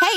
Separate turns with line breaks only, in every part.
Hey,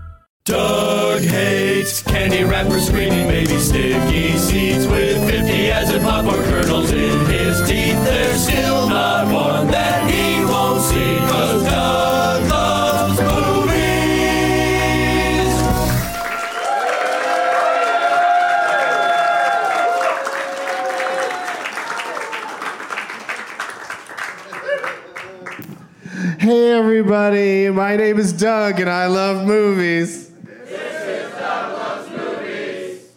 Doug hates candy wrappers, screaming baby sticky seeds with 50 as in popcorn kernels in his teeth. There's still not one that he won't see, cause Doug loves movies.
Hey, everybody. My name is Doug, and I love movies. This is Doug Loves Movies.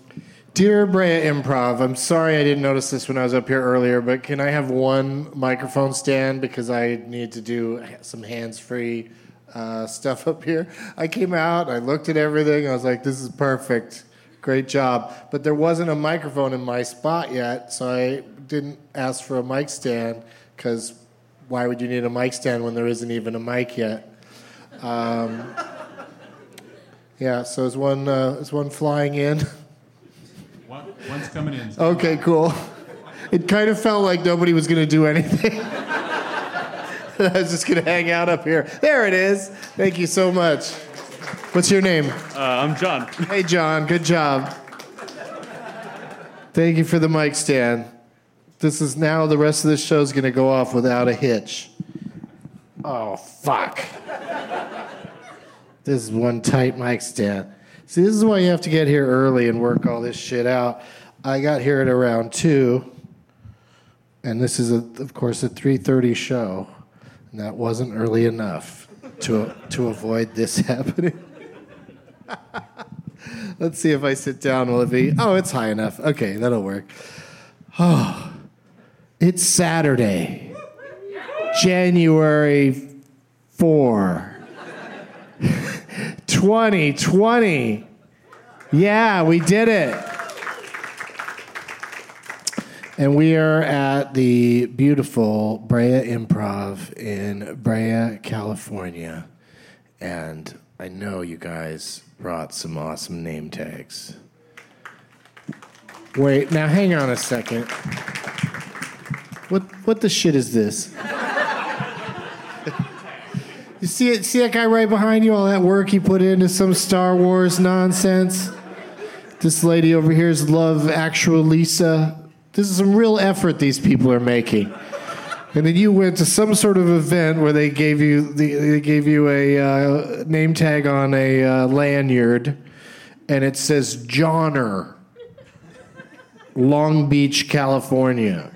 Dear Brea Improv, I'm sorry I didn't notice this when I was up here earlier, but can I have one microphone stand because I need to do some hands free uh, stuff up here? I came out, I looked at everything, I was like, this is perfect. Great job. But there wasn't a microphone in my spot yet, so I didn't ask for a mic stand because why would you need a mic stand when there isn't even a mic yet? Um, yeah, so is one uh, is one flying in?
One, one's coming in.
Okay, cool. It kind of felt like nobody was going to do anything. I was just going to hang out up here. There it is. Thank you so much. What's your name?
Uh, I'm John.
Hey, John. Good job. Thank you for the mic stand. This is now the rest of this show is going to go off without a hitch. Oh, fuck. this is one tight mic stand. See, this is why you have to get here early and work all this shit out. I got here at around 2, and this is, a, of course, a 3.30 show, and that wasn't early enough to, to avoid this happening. Let's see if I sit down, will it be? Oh, it's high enough. Okay, that'll work. It's Saturday, January 4, 2020. Yeah, we did it. And we are at the beautiful Brea Improv in Brea, California. And I know you guys brought some awesome name tags. Wait, now hang on a second. What what the shit is this? you see it see that guy right behind you, all that work he put into some Star Wars nonsense? This lady over here is Love Actual Lisa. This is some real effort these people are making. And then you went to some sort of event where they gave you the- they gave you a uh, name tag on a uh, lanyard, and it says Johnner, Long Beach, California.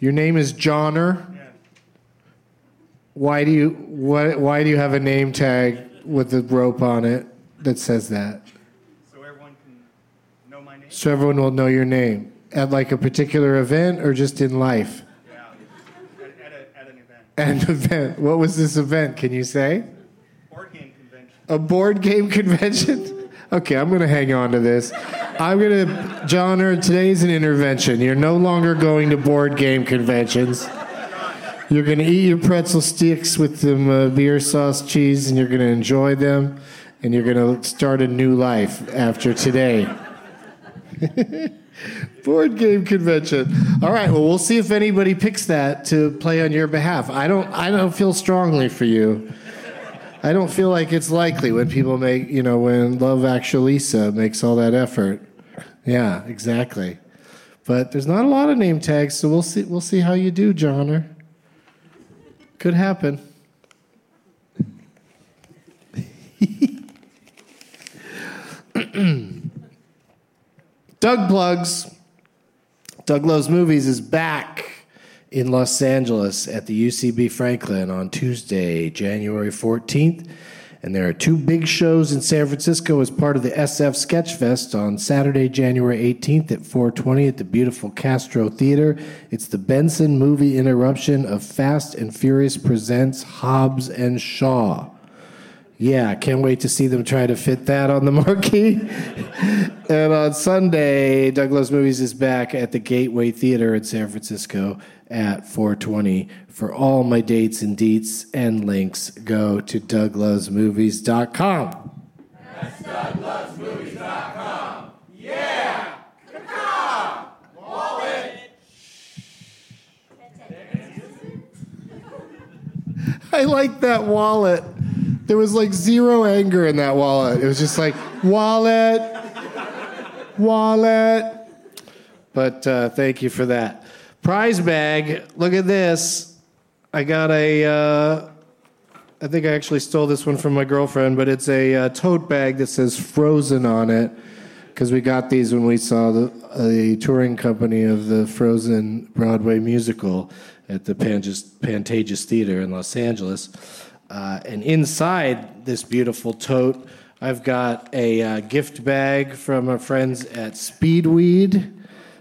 Your name is Johnner. Why do you what, Why do you have a name tag with a rope on it that says that?
So everyone can know my name.
So everyone will know your name at like a particular event or just in life.
Yeah. At, at, a, at an event.
An event. What was this event? Can you say?
Board game convention.
A board game convention. Okay, I'm gonna hang on to this. I'm gonna, er, Johnner. Today's an intervention. You're no longer going to board game conventions. You're going to eat your pretzel sticks with some uh, beer sauce cheese, and you're going to enjoy them, and you're going to start a new life after today. Board game convention. All right. Well, we'll see if anybody picks that to play on your behalf. I don't. I don't feel strongly for you. I don't feel like it's likely when people make. You know, when Love Actually Lisa makes all that effort. Yeah, exactly. But there's not a lot of name tags, so we'll see. We'll see how you do, Johnner. Could happen. Doug plugs. Doug Loves Movies is back in Los Angeles at the UCB Franklin on Tuesday, January 14th. And there are two big shows in San Francisco as part of the SF Sketchfest on Saturday, January 18th at 420 at the beautiful Castro Theater. It's the Benson movie interruption of Fast and Furious Presents Hobbs and Shaw. Yeah, can't wait to see them try to fit that on the marquee. and on Sunday, Douglas Movies is back at the Gateway Theater in San Francisco at 420. For all my dates and deets and links, go to douglasmovies.com. I like that wallet. There was like zero anger in that wallet. It was just like, wallet, wallet. But uh, thank you for that. Prize bag. Look at this. I got a, uh, I think I actually stole this one from my girlfriend, but it's a uh, tote bag that says Frozen on it because we got these when we saw the, uh, the touring company of the Frozen Broadway musical at the Pantages, Pantages Theater in Los Angeles. Uh, and inside this beautiful tote, I've got a uh, gift bag from our friends at Speedweed.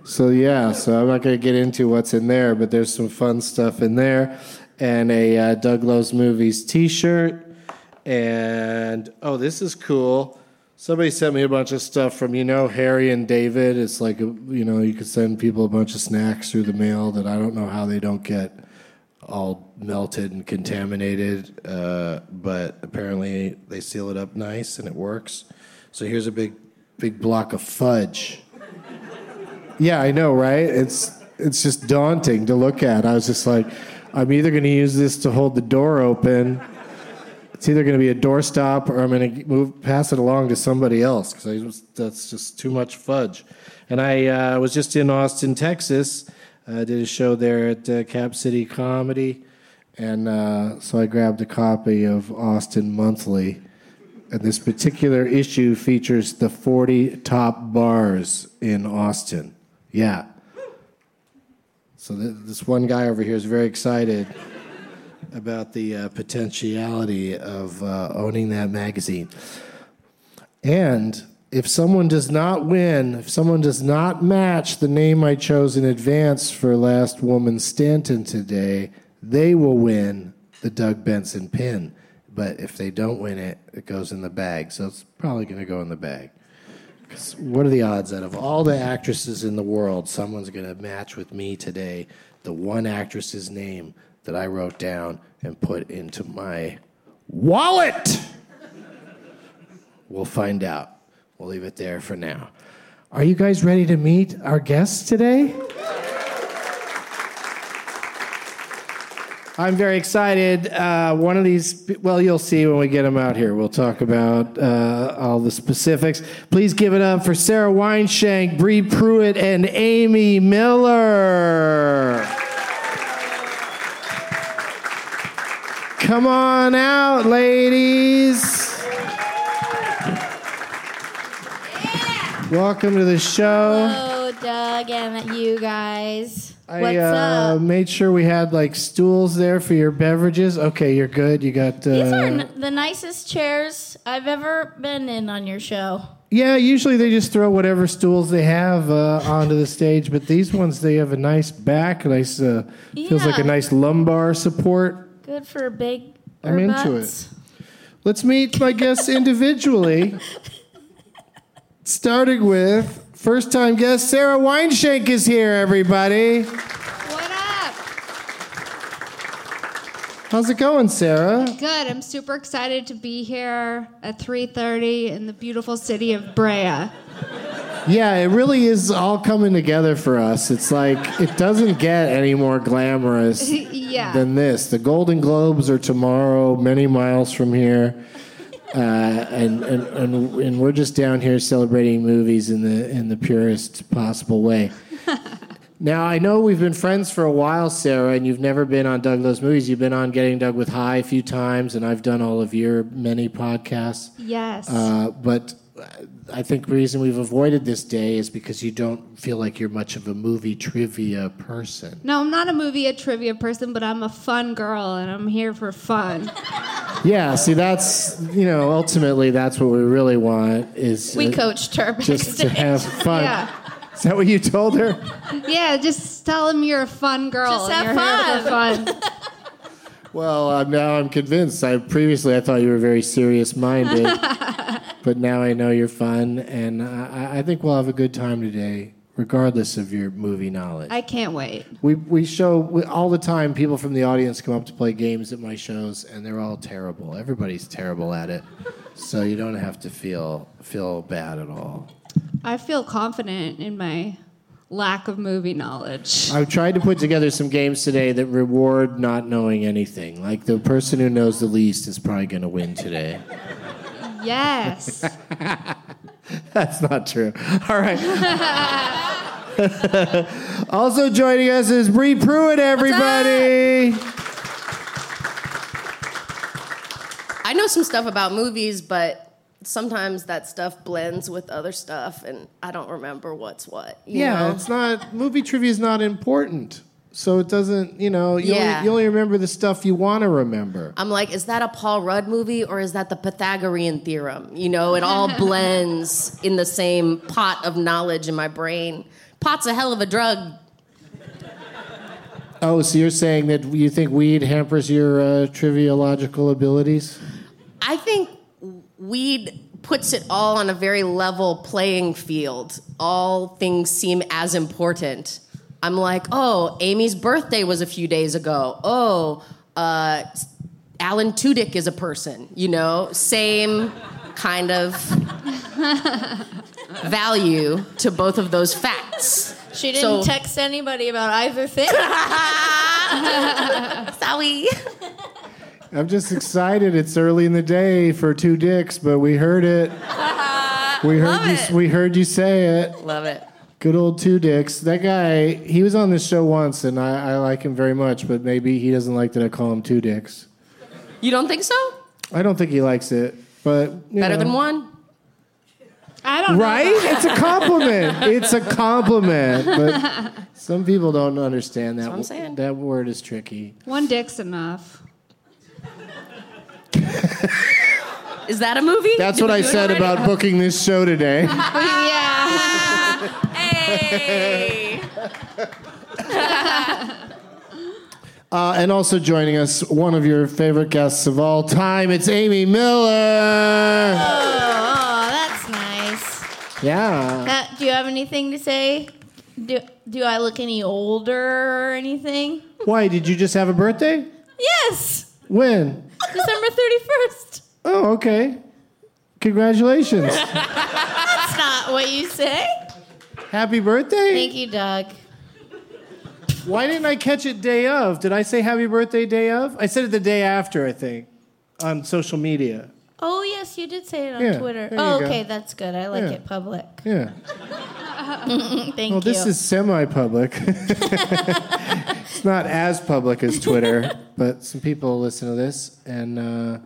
So yeah, so I'm not going to get into what's in there, but there's some fun stuff in there, and a uh, Doug Loves Movies T-shirt. And oh, this is cool. Somebody sent me a bunch of stuff from you know Harry and David. It's like a, you know you could send people a bunch of snacks through the mail that I don't know how they don't get all melted and contaminated. Uh, but apparently they seal it up nice and it works. So here's a big big block of fudge. Yeah, I know, right? It's it's just daunting to look at. I was just like, I'm either going to use this to hold the door open. It's either going to be a doorstop, or I'm going to move pass it along to somebody else because that's just too much fudge. And I uh, was just in Austin, Texas. Uh, did a show there at uh, Cap City Comedy, and uh, so I grabbed a copy of Austin Monthly. And Uh, this particular issue features the 40 top bars in Austin. Yeah. So th- this one guy over here is very excited about the uh, potentiality of uh, owning that magazine. And if someone does not win, if someone does not match the name I chose in advance for Last Woman Stanton today, they will win the Doug Benson pin. But if they don't win it, it goes in the bag. So it's probably going to go in the bag. 'Cause what are the odds that of all the actresses in the world, someone's going to match with me today the one actress's name that I wrote down and put into my wallet? We'll find out. We'll leave it there for now. Are you guys ready to meet our guests today? I'm very excited. Uh, one of these, well, you'll see when we get them out here. We'll talk about uh, all the specifics. Please give it up for Sarah Weinshank, Bree Pruitt, and Amy Miller. Come on out, ladies. Welcome to the show.
Hello, Doug, and you guys.
I
What's
uh,
up?
made sure we had like stools there for your beverages. Okay, you're good. You got. Uh,
These are n- the nicest chairs I've ever been in on your show.
yeah, usually they just throw whatever stools they have uh, onto the stage, but these ones they have a nice back, a nice uh, feels like a
Yeah.
nice lumbar support.
Good for big.
I'm into
butts.
Let's meet my guests individually. Starting with first time guest Sarah Weinshank is here. Everybody,
What up?
How's it going, Sarah?
Good. I'm super excited to be here at 3:30 in the beautiful city of Brea.
Yeah, it really is all coming together for us. It's like it doesn't get any more glamorous
Yeah.
than this. The Golden Globes are tomorrow, many miles from here, uh, and, and and and we're just down here celebrating movies in the in the purest possible way. Now I know we've been friends for a while, Sarah, and you've never been on Doug Loves Movies. You've been on Getting Doug with High a few times, and I've done all of your many podcasts.
Yes.
Uh, but I think the reason we've avoided this day is because you don't feel like you're much of a movie trivia person.
no, I'm not a movie a trivia person, but I'm a fun girl and I'm here for fun.
Yeah, see, that's you know, ultimately, that's what we really want is
We
uh,
coached her
just to
backstage.
have fun.
Yeah.
Is that what you told her?
Yeah, just tell him you're a fun girl.
Just
and
have
you're here for fun.
Well, I'm, now I'm convinced. I previously I thought you were very serious minded, but now I know you're fun, and I, I think we'll have a good time today, regardless of your movie knowledge.
I can't wait.
We we show we, all the time. People from the audience come up to play games at my shows, and they're all terrible. Everybody's terrible at it, so you don't have to feel feel bad at all.
I feel confident in my lack of movie knowledge.
I've tried to put together some games today that reward not knowing anything. Like the person who knows the least is probably going to win today.
Yes.
That's not true. All right. also joining us is Bree Pruitt, everybody.
I know some stuff about movies, but sometimes that stuff blends with other stuff, and I don't remember what's what. you
Yeah,
know?
it's not movie trivia is not important, so it doesn't. You know, you,
Yeah.
only, you only remember the stuff you want to remember.
I'm like, is that a Paul Rudd movie or is that the Pythagorean theorem? You know, it all blends in the same pot of knowledge in my brain. Pot's a hell of a drug.
Oh, so you're saying that you think weed hampers your uh, triviological abilities?
I think weed puts it all on a very level playing field. All things seem as important. I'm like, oh, Amy's birthday was a few days ago. Oh, uh, Alan Tudyk is a person, you know, same kind of value to both of those facts.
She
So-
didn't text anybody about either thing.
Sorry.
I'm just excited. It's early in the day for two dicks, but we heard it. We heard
Love
you.
it.
We heard you say it.
Love it.
Good old two dicks. That guy, he was on this show once, and I, I like him very much. But maybe he doesn't like that I call him two dicks.
You don't think so?
I don't think he likes it. But you
Better
know.
than one?
I don't
Right? It's a compliment. it's a compliment. But some people don't understand that.
That's what I'm saying.
That word is tricky.
One dick's enough.
Is that a movie?
That's what I said about booking this show today.
yeah.
Hey.
Uh, and also joining us, one of your favorite guests of all time, it's Amy Miller.
oh, that's nice.
Yeah.
Uh, do you have anything to say? Do Do I look any older or anything?
Why? Did you just have a birthday?
Yes,
When?
December thirty first.
Oh, okay. Congratulations.
That's not what you say.
happy birthday.
Thank you, Doug.
Why didn't I catch it day of? Did I say happy birthday day of? I said it the day after, I think, on social media.
Oh yes, you did say it on
Yeah,
Twitter.
there
Oh,
you go.
okay, that's good. I like
Yeah.
it public.
Yeah.
Thank
well,
you.
this is semi public. it's not as public as Twitter, but some people listen to this. And uh,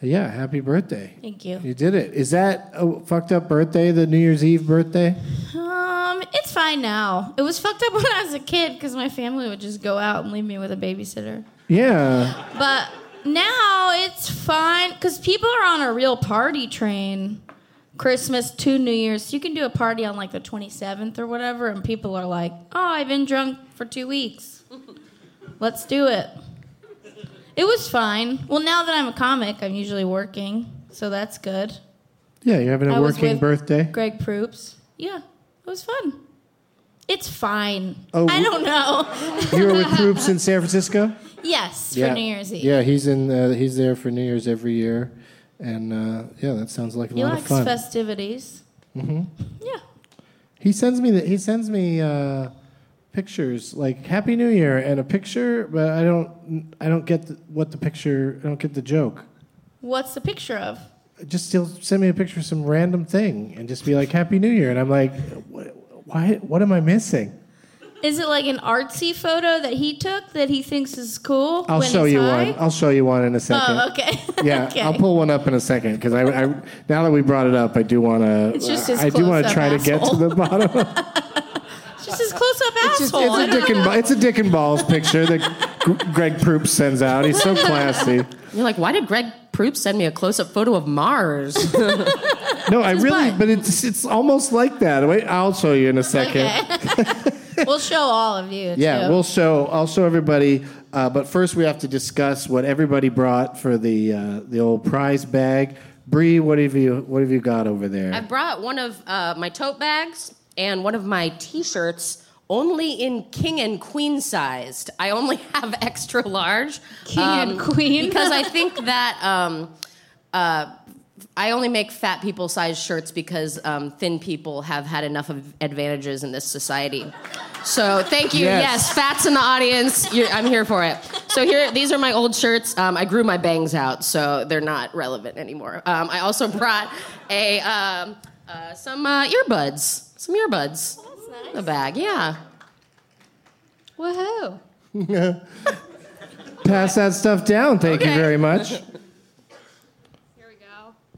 yeah, happy birthday.
Thank you.
You did it. Is that a fucked up birthday, the New Year's Eve birthday?
Um, it's fine now. It was fucked up when I was a kid because my family would just go out and leave me with a babysitter.
Yeah.
But now it's fine because people are on a real party train. Christmas to New Year's, you can do a party on like the 27th or whatever, and people are like, "Oh, I've been drunk for two weeks. Let's do it." It was fine. Well, now that I'm a comic, I'm usually working, so that's good.
Yeah, you're having a
I was
working
with
birthday.
Greg Proops. Yeah, it was fun. It's fine.
Oh,
I don't know.
You were with groups in San Francisco.
Yes, for New Year's Eve.
Yeah, he's in. Uh, he's there for New Year's every year, and uh, yeah, that sounds like a
He
lot
likes
of fun.
festivities.
hmm
Yeah.
He sends me the, he sends me uh, pictures like Happy New Year and a picture, but I don't I don't get the, what the picture I don't get the joke.
What's the picture of?
Just he'll send me a picture of some random thing and just be like Happy New Year, and I'm like, "Wh- why? What am I missing?
Is it like an artsy photo that he took that he thinks is cool?
I'll
when
show
he's
you
high?
one. I'll show you one in a second.
Oh, okay.
Yeah,
okay.
I'll pull one up in a second because I, I now that we brought it up, I do want to.
It's just his
I do want to
close-up
try to get to
asshole.
the bottom. of
It's just his close-up
It's, just,
asshole.
it's
I
a
don't
dick and
know.
ba- it's a dick and balls picture that G- Greg Proops sends out. He's so classy.
You're like, why did Greg Proop send me a close up photo of Mars?
No, I really, but it's it's almost like that. Wait, I'll show you in a second.
we'll show all of you.
Yeah,
too.
we'll show I'll show everybody. Uh, but first, we have to discuss what everybody brought for the uh, the old prize bag. Bree, what have you what have you got over there?
I brought one of uh, my tote bags and one of my t shirts, only in king and queen sized. I only have extra large. Um,
King and queen?
because I think that. Um, uh, I only make fat people size shirts because um, thin people have had enough of advantages in this society. So thank you.
Yes.
Yes, fats in the audience. You're, I'm here for it. So here, these are my old shirts. Um, I grew my bangs out, so they're not relevant anymore. Um, I also brought a um, uh, some uh, earbuds, some earbuds. in The bag, yeah.
Woohoo!
Pass that stuff down. Thank you
Okay.
very much.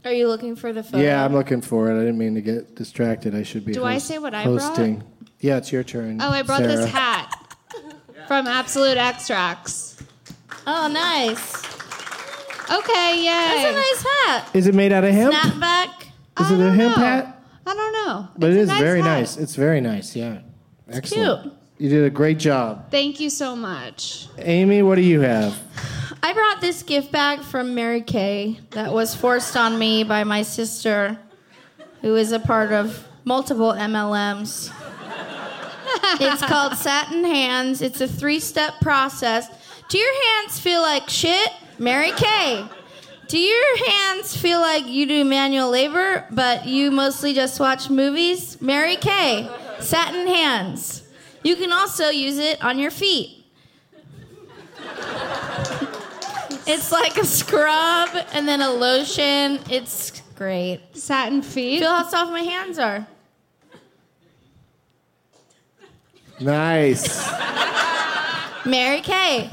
Are you looking for the photo?
Yeah, I'm looking for it. I didn't mean to get distracted. I should be.
Do I say what I brought?
hosting. Yeah, it's your turn.
Oh, I brought
Sarah.
this hat from Absolute Extracts.
Oh, nice.
Okay, yay.
That's a nice hat.
Is it made out of hemp?
Snapback.
Is it a hemp hat?
I don't know.
But
It's
it
a
is
nice
very
hat.
nice. It's very nice. Yeah, excellent. You did a great job,
Thank you so much.
Amy. What do you have?
I brought this gift bag from Mary Kay that was forced on me by my sister, who is a part of multiple MLMs. it's called Satin Hands. It's a three step process. Do your hands feel like shit? Mary Kay. Do your hands feel like you do manual labor, but you mostly just watch movies? Mary Kay. Satin Hands. You can also use it on your feet. It's like a scrub and then a lotion. It's great.
Satin feet.
Feel how soft my hands are.
Nice.
Mary Kay.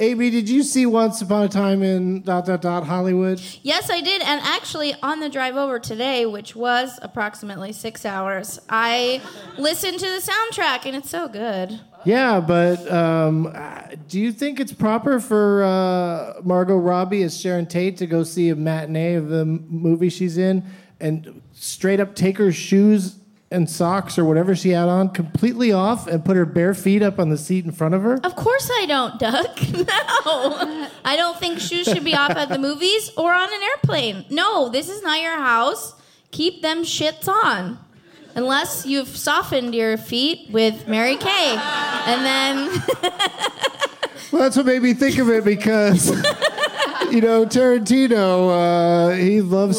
Amy, did you see Once Upon a Time in dot dot dot Hollywood?
yes, I did. And actually, on the drive over today, which was approximately six hours, I listened to the soundtrack and it's so good.
Yeah, but um, uh, do you think it's proper for uh, Margot Robbie as Sharon Tate to go see a matinee of the m- movie she's in and straight up take her shoes and socks or whatever she had on completely off and put her bare feet up on the seat in front of her?
Of course, I don't, Duck. No. I don't think shoes should be off at the movies or on an airplane. No, this is not your house. Keep them shits on. Unless you've softened your feet with Mary Kay. And then.
Well, that's what made me think of it because, you know, Tarantino, uh, he loves,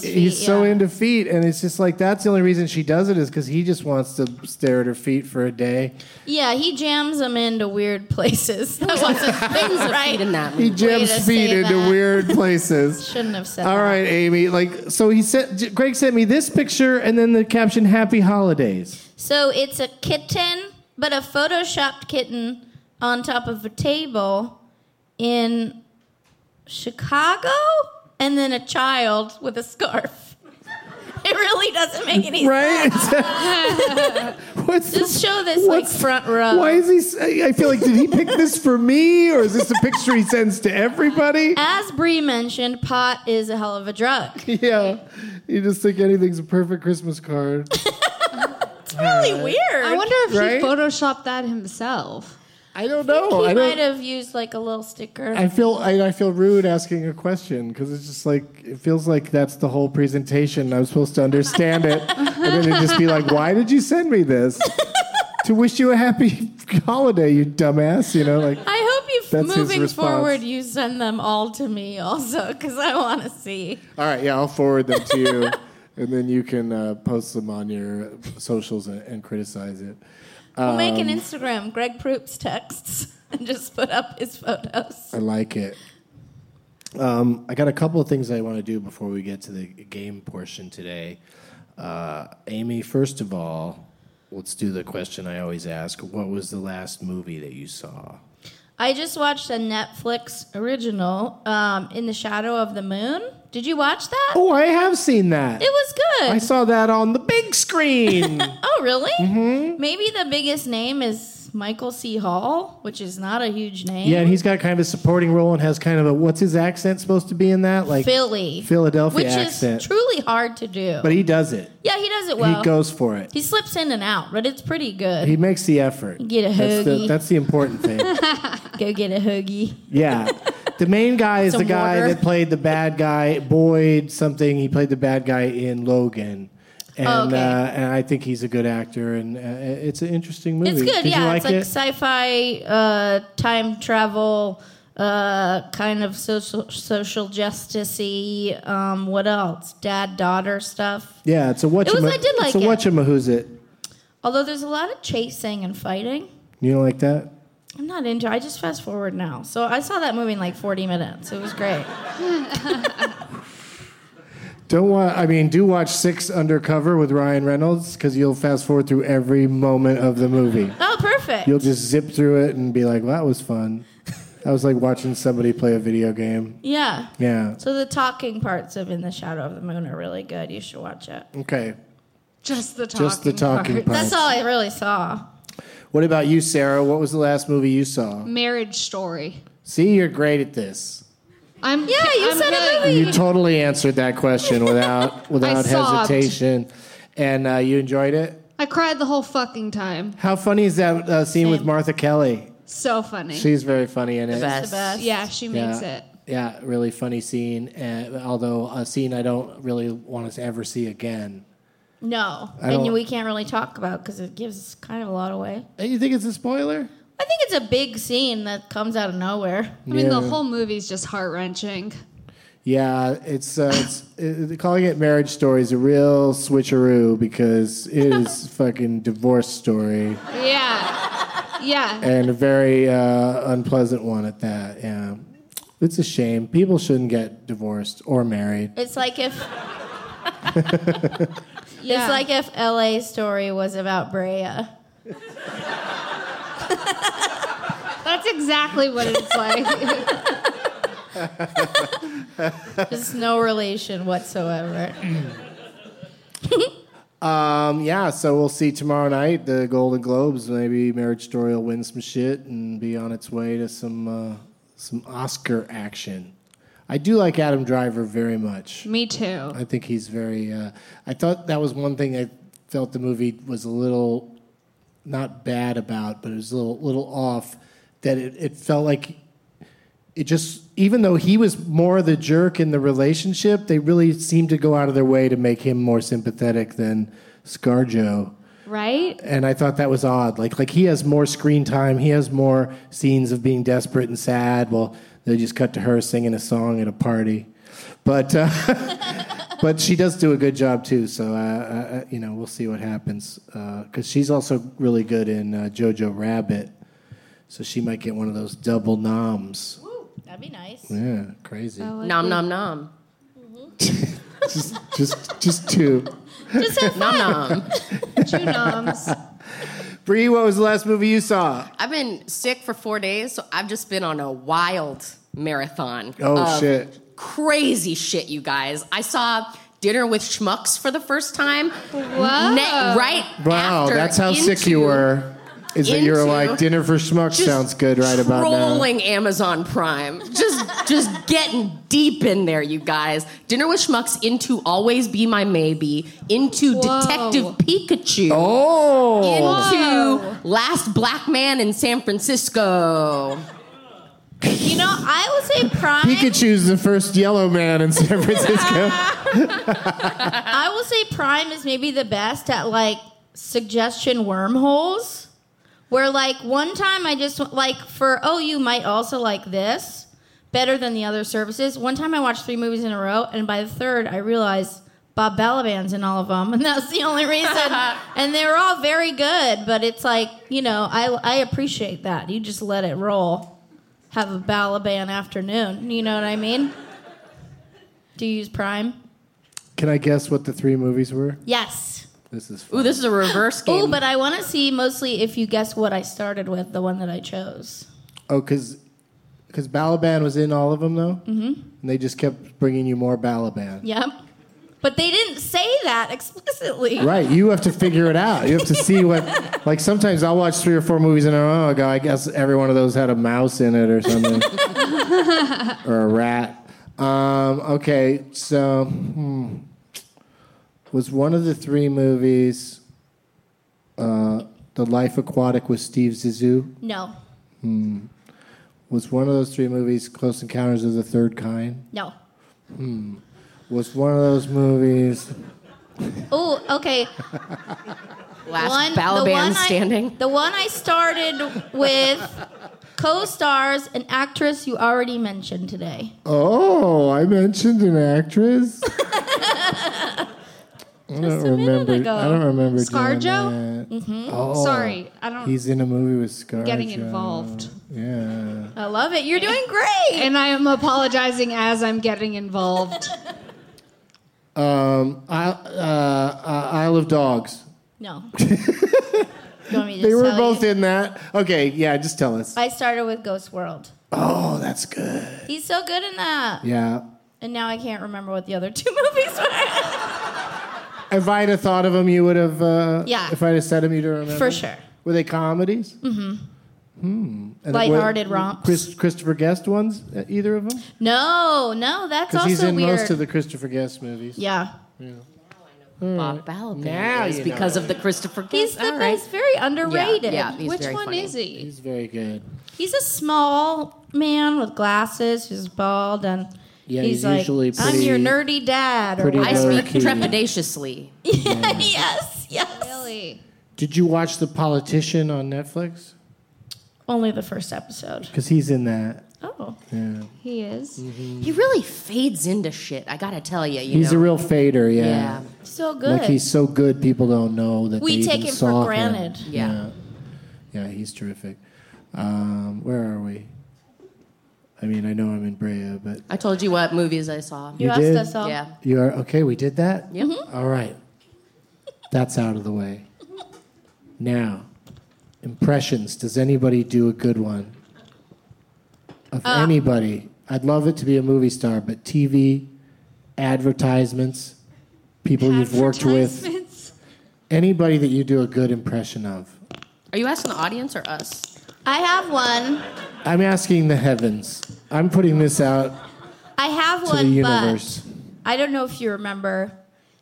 feet.
feet,
He's so
yeah.
into feet. And it's just like, that's the only reason she does it is because he just wants to stare at her feet for a day.
Yeah, he jams them into weird places. That wasn't things right in that.
He jams feet into weird places.
Shouldn't have said.
All right, Amy. Like, so he sent J- Greg sent me this picture and then the caption "Happy Holidays."
So it's a kitten, but a photoshopped kitten on top of a table in Chicago, and then a child with a scarf. It really doesn't make any
Right?
sense.
What's
Just show this like front row.
Why is he? s- I I feel like did he pick this for me or is this a picture he sends to everybody?
As Bree mentioned, pot is a hell of a drug.
Yeah, you just think anything's a perfect Christmas card.
It's really weird.
I wonder if
Right?
he photoshopped that himself.
I don't know.
he
I
might
don't.
have used like a little sticker.
I feel I, I feel rude asking a question because it's just like it feels like that's the whole presentation. I'm supposed to understand it, and then it just be like, "Why did you send me this?" to wish you a happy holiday, you dumbass. You know, like
I hope you
That's his
moving
response.
forward you send them all to me also because I want to see.
All right, yeah, I'll forward them to you, and then you can uh, post them on your socials and, and criticize it.
We'll make an
Um,
Instagram Greg Proops texts and just put up his photos.
I like it. Um, I got a couple of things I want to do before we get to the game portion today. Uh, Amy, first of all, let's do the question I always ask: What was the last movie that you saw?
I just watched a Netflix original, um, In the Shadow of the Moon. Did you watch that?
Oh, I have seen that.
It was good.
I saw that on the big screen.
Oh, really? Mm-hmm. Maybe the biggest name is Michael C. Hall, which is not a huge name.
Yeah, and he's got kind of a supporting role and has kind of a what's his accent supposed to be in that? Like
Philly,
Philadelphia
which
accent.
is truly hard to do.
But he does it.
yeah, he does it well.
He goes for it.
He slips in and out, but it's pretty good.
He makes the effort.
Get a
That's the,
hoagie.
that's the important thing.
Go get a hoogie.
yeah. The main guy is
Some
the guy
water.
that played the bad guy, Boyd something. He played the bad guy in Logan. And,
Oh, okay.
uh, and I think he's a good actor, and uh, it's an interesting movie.
It's good.
Did
yeah,
you like
it's like
it?
sci-fi, uh, time travel, uh, kind of social social justicey. Um, what else? Dad daughter stuff.
yeah, it's a whatcha.
It was- I did
it's
like it.
a whatchamahoosit.
Although there's a lot of chasing and fighting.
You don't like that?
I'm not into. I just fast forward now. So I saw that movie in like 40 minutes. It was great.
Don't want. I mean, do watch Six Undercover with Ryan Reynolds because you'll fast forward through every moment of the movie.
oh, perfect.
You'll just zip through it and be like, "Well, "That was fun." That was like watching somebody play a video game.
Yeah.
Yeah.
So the talking parts of In the Shadow of the Moon are really good. You should watch it.
Okay.
Just the
Just the talking talking parts. parts.
That's all I really saw.
What about you, Sarah? What was the last movie you saw?
Marriage Story.
See, you're great at this.
I'm yeah. You
said a
You totally answered that question without without
sobbed.
hesitation, and uh, you enjoyed it.
I cried the whole fucking time.
How funny is that uh, scene with Martha Kelly?
So funny.
She's very funny in it.
Yeah, she makes
yeah.
it.
Yeah, really funny scene. Uh, although a scene I don't really want us to ever see again.
No.
I don't-
And we can't really talk about because it gives kind of a lot away.
And you think it's a spoiler?
I think it's a big scene that comes out of nowhere.
I mean, the Yeah.
whole movie's just heart wrenching.
Yeah, it's, uh, it's uh, calling it marriage story is a real switcheroo because it is fucking divorce story
Yeah. Yeah.
and a very uh, unpleasant one at that. Yeah, it's a shame. People shouldn't get divorced or married.
It's like if it's like if LA story was about Brea.
That's exactly what it's like.
Just no relation whatsoever.
Um, yeah, so we'll see tomorrow night the Golden Globes. Maybe Marriage Story will win some shit and be on its way to some uh, some Oscar action. I do like Adam Driver very much.
Me too.
I think he's very. Uh, I thought that was one thing I felt the movie was a little not bad about, but it was a little little off. That it, it felt like it just even though he was more the jerk in the relationship, they really seemed to go out of their way to make him more sympathetic than ScarJo.
Right?
And I thought that was odd. Like like he has more screen time, he has more scenes of being desperate and sad. Well, they just cut to her singing a song at a party. But uh, but she does do a good job too. So uh, uh, you know we'll see what happens because she's also really good in uh, Jojo Rabbit. So she might get one of those double noms.
That'd be nice.
Yeah, crazy.
Oh,
Nom nom nom.
just, just, just two.
Just have
Nom nom.
Two noms.
Bree, what was the last movie you saw?
I've been sick for four days, so I've just been on a wild marathon.
Oh
of
shit!
Crazy shit, you guys. I saw Dinner with Schmucks for the first time. Whoa. right
Wow,
after
that's how sick
into-
you were. Is that you're
into
like dinner for schmuck
just
sounds good right about now?
Rolling Amazon Prime. Just just getting deep in there, you guys. Dinner with Schmucks into Always Be My Maybe, into
Whoa.
Detective Pikachu.
Oh.
Into Last Black Man in San Francisco.
You know, I would say prime.
Pikachu's the first yellow man in San Francisco.
I will say Prime is maybe the best at like suggestion wormholes. Where like one time I just like for oh you might also like this better than the other services. One time I watched three movies in a row, and by the third I realized Bob Balaban's in all of them, and that's the only reason. and they were all very good, but it's like you know I I appreciate that. You just let it roll. Have a Balaban afternoon. You know what I mean? Do you use Prime?
Can I guess what the three movies were?
Yes.
This is
Ooh, this is a reverse game.
Oh, but I want to see mostly if you guess what I started with, the one that I chose.
oh, because because Balaban was in all of them though,
Mm-hmm.
and they just kept bringing you more Balaban.
Yep. But they didn't say that explicitly.
Right, you have to figure it out. You have to see what. Like sometimes I'll watch three or four movies in a row. I go, I guess every one of those had a mouse in it or something, or a rat. Um, okay, so hmm, was one of the three movies uh, "The Life Aquatic" with Steve Zissou?
no.
Hmm. Was one of those three movies "Close Encounters of the Third Kind"?
No.
Hmm. Was one of those movies?
Oh, okay.
Last
One- the
Balaban
one I-
standing.
The one I started with co-stars an actress you already mentioned today.
Oh, I mentioned an actress. I don't remember.
ago.
I don't remember. doing
ScarJo?
that.
Mm-hmm.
Mhm.
Oh,
Sorry, I don't-
He's in a movie with ScarJo.
Getting involved.
Yeah.
I love it. You're doing great.
And I am apologizing as I'm getting involved.
Um, I, uh, uh, Isle of Dogs.
No.
They were both in that. Okay, yeah. Just tell us.
I started with Ghost World.
Oh, that's good.
He's so good in that.
Yeah.
And now I can't remember what the other two movies were.
If I'd have thought of them, you would have. Uh,
Yeah.
If I'd have said them, you'd have remembered.
For sure.
Were they comedies?
hmm
Hmm. And what-
Lighthearted romps.
Chris, Christopher Guest ones? uh, Either of them?
No, no, that's
Because
also
he's in
weird.
most of the Christopher Guest movies.
yeah.
Bob Balaban
Now
is
you
because
know.
of the Christopher
He's
Guest.
the
All right.
he's very underrated.
Yeah, yeah, he's very funny.
he?
He's very good.
He's a small man with glasses who's bald and
Yeah,
he's,
he's
like,
usually
I'm
pretty-
your nerdy dad. Or
pretty
whatever.
I speak
low-key.
trepidatiously.
yes, yes. Really?
Did you watch The Politician on Netflix?
Only the first episode.
Because he's in that.
Oh.
Yeah.
He is.
Mm-hmm.
He really fades into shit. I gotta tell you, you
He's
know.
a real fader, yeah.
So
Like he's so good, people don't know that
We
they
take
even
him for
saw
granted.
Yeah. yeah, he's terrific. Um, where are we? I mean, I know I'm in Brea, but
I told you what movies I saw.
You You asked did? us
all.
Yeah.
you are okay. We did that. Mm-hmm.
Yeah.
All right. That's out of the way. Now, impressions. Does anybody do a good one? Of
Uh.
anybody. I'd love it to be a movie star, but TV, advertisements, people you've worked with, anybody that you do a good impression of.
Are you asking the audience or us?
I have one.
I'm asking the heavens. I'm putting this out
I have
to the
one, but
universe.
I don't know if you remember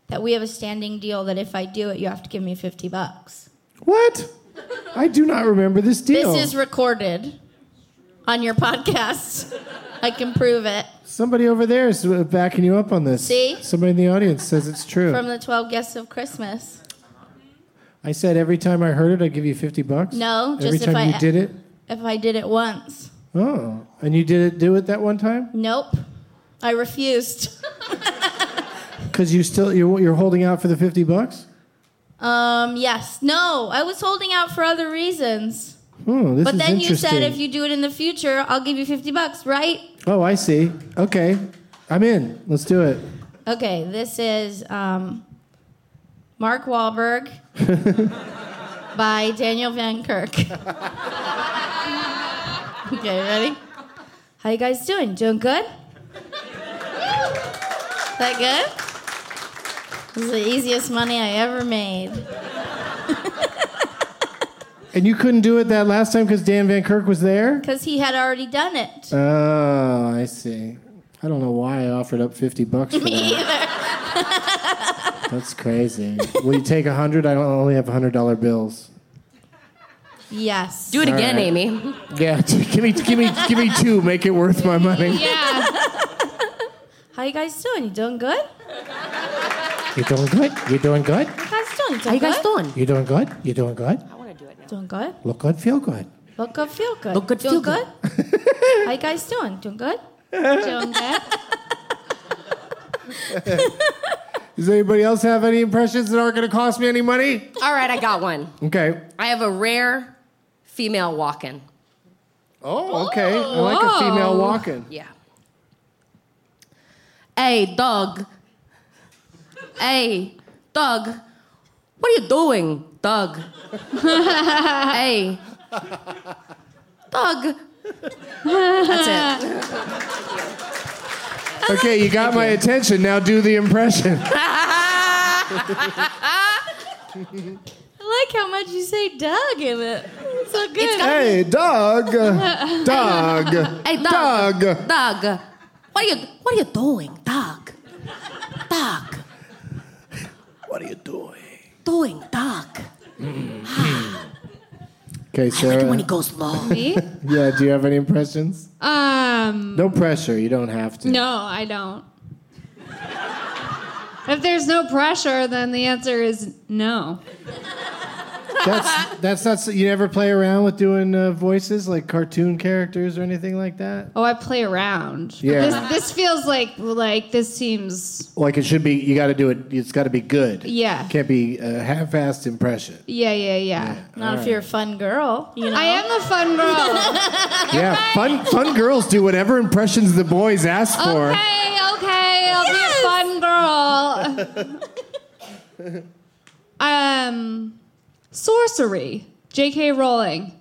that we have a standing deal that if I do it, you have to give me 50 bucks.
What? I do not remember this deal.
This is recorded on your podcast. I can prove it.
Somebody over there is backing you up on this.
See?
Somebody in the audience says it's true.
From the 12 Guests of Christmas.
I said every time I heard it, I'd give you 50 bucks.
No, just
every
if
time
I-
you did it.
If I did it once.
Oh, and you did it, do it that one time
Nope. I refused.
because you still you're, you're holding out for the 50 bucks.
Um, yes. No, I was holding out for other reasons.
Oh, this
but
is
then you
interesting.
said if you do it in the future, I'll give you 50 bucks, right?
oh, I see. Okay, I'm in. Let's do it.
Okay, this is um, Mark Wahlberg by Daniel Van Kirk. okay, ready? How you guys doing? Doing good? That good? This is the easiest money I ever made.
And you couldn't do it that last time because Dan Van Kirk was there?
because he had already done it.
Oh, I see. I don't know why I offered up 50 bucks for
Me
that.
either.
That's crazy. Will you take 100? I only have $100 bills.
Yes.
Do it
All
again,
right.
Amy.
Yeah, give me give me give me two. Make it worth my money.
Yeah. How you guys doing? You doing good?
You're doing good. You're doing good.
How you guys doing?
How you guys
good?
doing?
You're doing good. You're doing good.
Doing good.
Look good. Feel good.
Look good. Feel good.
Look good,
Doing
feel
good. How you guys doing? Doing good. doing good.
Does anybody else have any impressions that aren't going to cost me any money?
All right, I got one.
Okay.
I have a rare female walking.
Oh, okay. I like a female walking.
Yeah. Hey, dog. Hey, dog. What are you doing, dog? hey, dog. That's it.
Okay, you got my attention. Now do the impression.
I like how much you say Doug in it. It's so good.
Hey, dog. Dog.
Hey, dog.
Dog.
Dog. What are you? What are you doing, dog? Dog.
What are you doing?
Doing, dog.
Okay, Sarah.
When he goes long.
Me?
Yeah, do you have any impressions?
Um,
No pressure. You don't have to.
no, I don't. If there's no pressure, then the answer is no.
That's that's not. so- You never play around with doing uh, voices like cartoon characters or anything like that.
Oh, I play around. But
Yeah.
This, this feels like like this seems
Like it should be. You got to do it. It's got to be good.
Yeah.
Can't be a half-assed impression.
yeah yeah yeah.
Not if you're a fun girl. You know?
I am a fun girl.
Yeah. Fun fun girls do whatever impressions the boys ask for.
okay okay, I'll be a fun girl. um, sorcery. J.K. Rowling.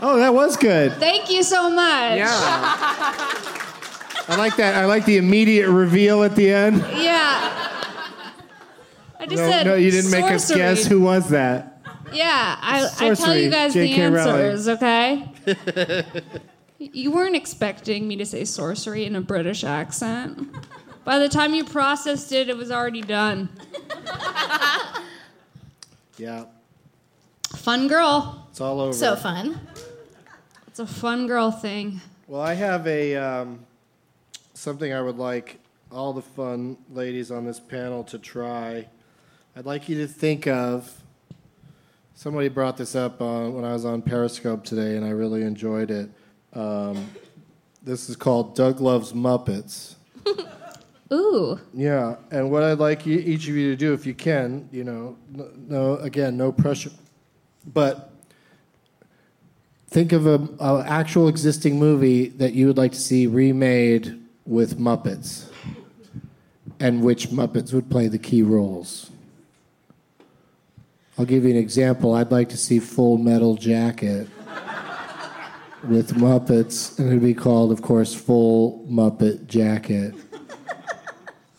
Oh, that was good.
Thank you so much.
Yeah. I like that. I like the immediate reveal at the end.
Yeah. I just
No,
said
no, you didn't make us
sorcery.
guess who was that.
Yeah, I, I tell
Sorcery,
you guys the
J.K. Rowling.
answers, okay? you weren't expecting me to say sorcery in a British accent. By the time you processed it, it was already done.
Yeah.
Fun girl.
It's all over.
so fun.
It's a fun girl thing.
Well, I have a um, something I would like all the fun ladies on this panel to try. I'd like you to think of. Somebody brought this up uh, when I was on Periscope today, and I really enjoyed it. Um, this is called Doug Loves Muppets.
Ooh.
Yeah, and what I'd like you, each of you to do, if you can, you know, no, no again, no pressure, but think of a, a actual existing movie that you would like to see remade with Muppets, and which Muppets would play the key roles. I'll give you an example. I'd like to see Full Metal Jacket with Muppets, and it'd be called, of course, Full Muppet Jacket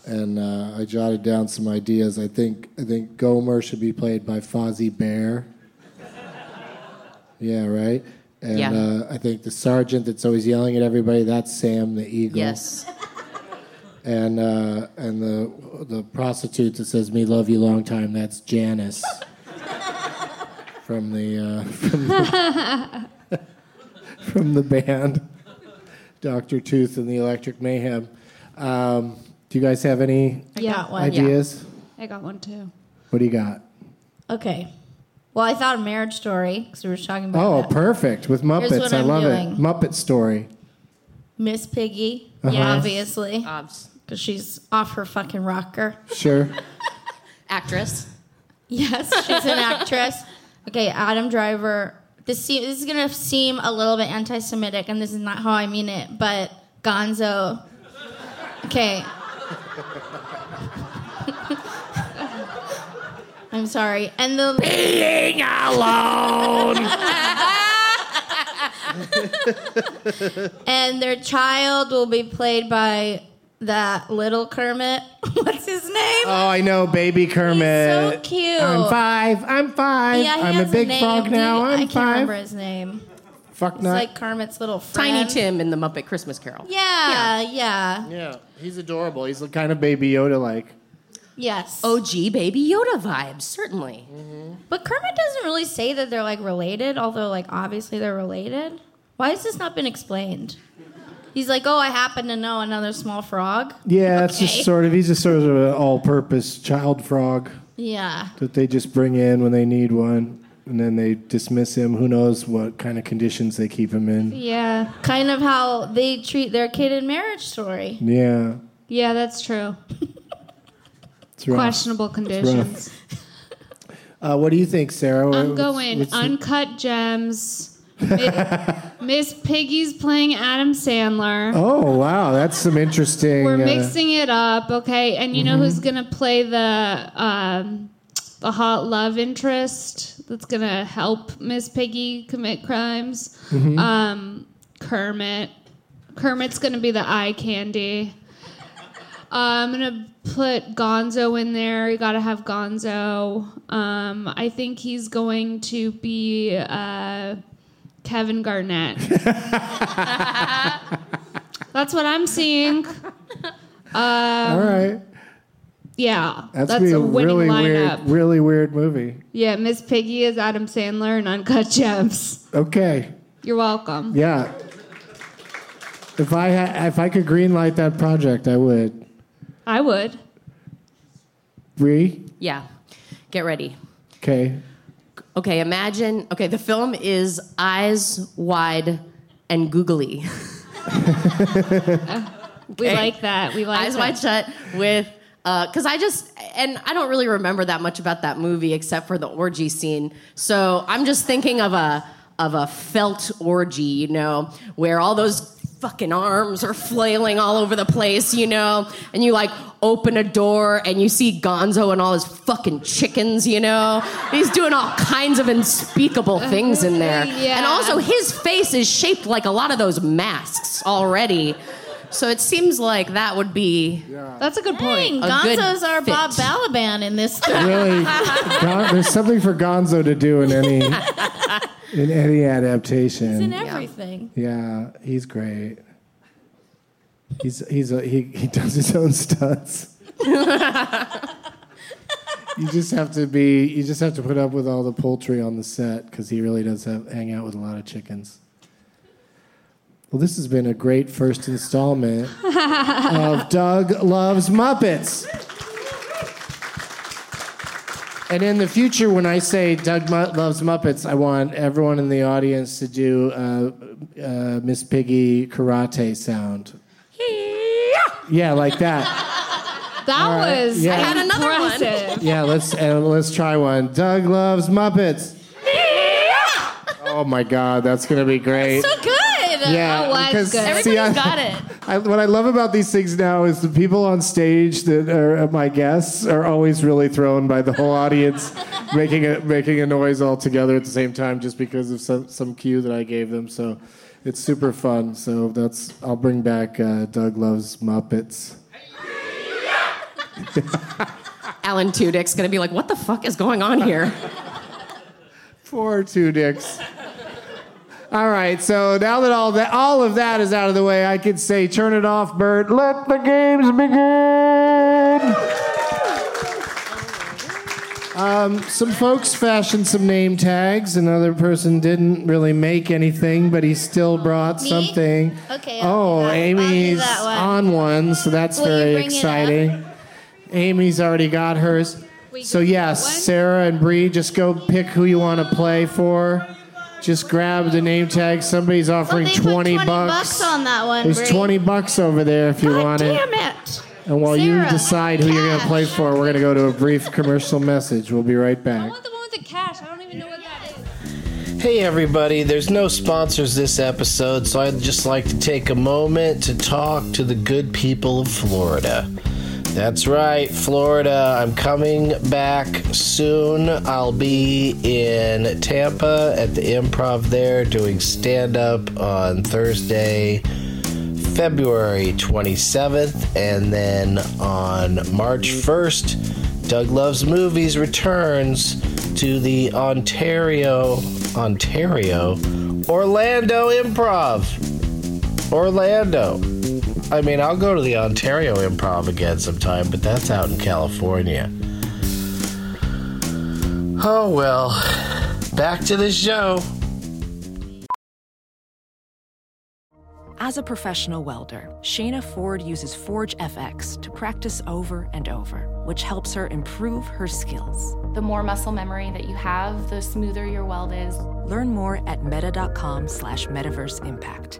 and uh, I jotted down some ideas. I think I think Gomer should be played by Fozzie Bear. yeah, right. And
Yeah.
uh, I think the sergeant that's always yelling at everybody that's Sam the Eagle.
Yes.
And uh, and the the prostitute that says "Me love you long time" that's Janice. From the, uh, from the from the band, Doctor Tooth and the Electric Mayhem. Um, do you guys have any
I got one.
ideas?
I got one too.
What do you got?
Okay. Well, I thought of Marriage Story because we were talking about
Oh,
that.
perfect. With Muppets.
what
I
I'm
love it.
doing.
Muppet Story.
Miss Piggy.
Uh-huh.
Obviously. Because she's off her fucking rocker.
Sure.
Actress.
Yes, she's an actress. Okay, Adam Driver. This, se- this is going to seem a little bit anti Semitic, and this is not how I mean it, but Gonzo. Okay. I'm sorry. And the. Being alone! and their child will be played by
that little Kermit. What's his name?
Oh, I know, baby Kermit.
so cute.
I'm five. I'm five.
Yeah, he
I'm
has
a big
name.
frog
Do
now.
you-
I'm
I can't
five.
remember his name.
Fuck
It's
not.
like Kermit's little friend.
Tiny Tim in the Muppet Christmas Carol.
Yeah, yeah.
Yeah, he's adorable. He's the kind of baby Yoda like.
Yes.
OG Baby Yoda vibes, certainly.
But Kermit doesn't really say that they're like related, although like obviously they're related. Why has this not been explained? He's like, oh, I happen to know another small frog.
Yeah, it's
Okay.
just sort of he's just sort of an all-purpose child frog
Yeah.
that they just bring in when they need one, and then they dismiss him. Who knows what kind of conditions they keep him in?
Yeah. Kind of how they treat their kid in marriage story.
Yeah,
Yeah, that's true.
it's rough.
Questionable conditions.
Uh, what do you think, Sarah?
I'm
What's-
going
what's-
uncut gems. Mi- Miss Piggy's playing Adam Sandler.
Oh wow, that's some interesting.
We're
uh,
mixing it up, okay? And you know who's gonna play the um, the hot love interest that's gonna help Miss Piggy commit crimes?
Mhm.
Um, Kermit. Kermit's gonna be the eye candy. Uh, I'm gonna put Gonzo in there. You gotta have Gonzo. Um, I think he's going to be uh, Kevin Garnett. That's what I'm seeing. Um,
all right,
Yeah,
that's,
that's,
gonna be
a
a
winning
really
lineup.
weird, really weird movie.
Yeah, Miss Piggy is Adam Sandler and Uncut Gems.
Okay,
You're welcome.
yeah. If I ha- if I could greenlight that project, I would.
I would.
Bree,
Yeah. Get ready.
okay.
Okay, imagine. Okay, the film is Eyes Wide and Googly.
We like that. We like
Eyes
that.
Wide Shut with. Because I just, and I don't really remember that much about that movie except for the orgy scene. So I'm just thinking of a of a felt orgy, you know, where all those fucking arms are flailing all over the place, you know, and you like open a door and you see Gonzo and all his fucking chickens, you know. He's doing all kinds of unspeakable things in there.
Yeah.
And also his face is shaped like a lot of those masks already. So it seems like that would be
That's a good
Dang,
A good
Gonzo's our
fit.
Bob Balaban in this.
Really, Gon- there's something for Gonzo to do in any in any adaptation.
He's in everything.
Yeah, he's great. He's he's a, he he does his own stunts. You just have to be you just have to put up with all the poultry on the set because he really does have, hang out with a lot of chickens. Well, this has been a great first installment of Doug Loves Muppets. And in the future, when I say Doug Mu- loves Muppets, I want everyone in the audience to do uh, uh, Miss Piggy karate sound. Yeah, like that.
That
All right,
was
yeah. I had
another one.
impressive.
Yeah, let's uh, let's try one. Doug loves Muppets. Oh my God, that's gonna be great.
So good.
Yeah,
Oh, wow,
because-
good.
see, I- I, what I love about these things now is the people on stage that are uh, my guests are always really thrown by the whole audience making a making a noise all together at the same time just because of some some cue that I gave them. So it's super fun. So that's I'll bring back uh, Doug loves Muppets.
Alan Tudyk's gonna be like, what the fuck is going on here?
Poor two dicks. All right, so now that all that all of that is out of the way, I could say turn it off, Bert. Let the games begin. Um, some folks fashioned some name tags. Another person didn't really make anything, but he still brought
Me?
something.
Okay, I'll do
Oh,
that. I'll do
Amy's
that one.
on one, so that's
Will you
very
bring it up?
exciting. Amy's already got hers. So yes, Sarah and Bree, just go pick who you want to play for. Just grab the name tag. Somebody's offering
they put
20,
20
bucks.
bucks on that one,
There's
Bree.
20 bucks over there if you want
Damn
it.
it.
And while you
Sarah, oh
decide who you're going to play for, we're going to go to a brief commercial message. We'll be right back.
The one with the cash. I don't even know what that is.
Hey everybody, there's no sponsors this episode, so I'd just like to take a moment to talk to the good people of Florida. That's right, Florida, I'm coming back soon. I'll be in Tampa at the improv there doing stand up on Thursday,
February 27th, and then on March 1st, Doug Loves Movies returns to the Ontario, Ontario, Orlando Improv. Orlando. I mean, I'll go to the Ontario Improv again sometime, but that's out in California. Oh well, back to the show.
As a professional welder, Shayna Ford uses Forge FX to practice over and over, which helps her improve her skills.
The more muscle memory that you have, the smoother your weld is.
Learn more at meta.com slash metaverse impact.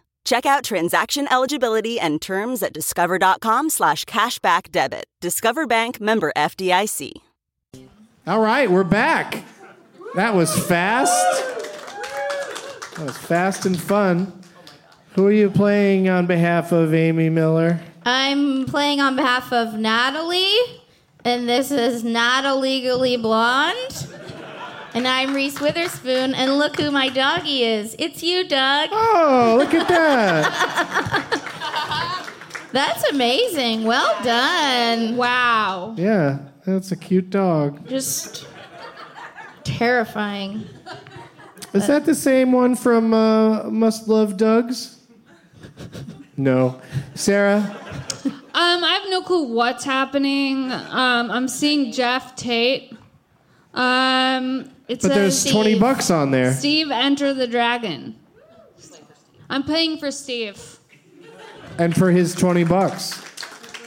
Check out transaction eligibility and terms at discover.com slash cashback debit. Discover Bank member FDIC.
All right, we're back. That was fast. That was fast and fun. Who are you playing on behalf of Amy Miller?
I'm playing on behalf of Natalie, and this is Not Illegally Blonde. And I'm Reese Witherspoon, and look who my doggy is. It's you, Doug.
Oh, look at that.
That's amazing. Well done. Wow.
yeah, that's a cute dog.
Just terrifying.
Is that the same one from uh, Must Love Doug's? No. Sarah?
Um, I have no clue what's happening. Um, I'm seeing Jeff Tate. Um,
But
it
there's
says
20
Steve-
bucks on there.
Steve, enter the dragon. I'm playing for Steve.
And for his 20 bucks.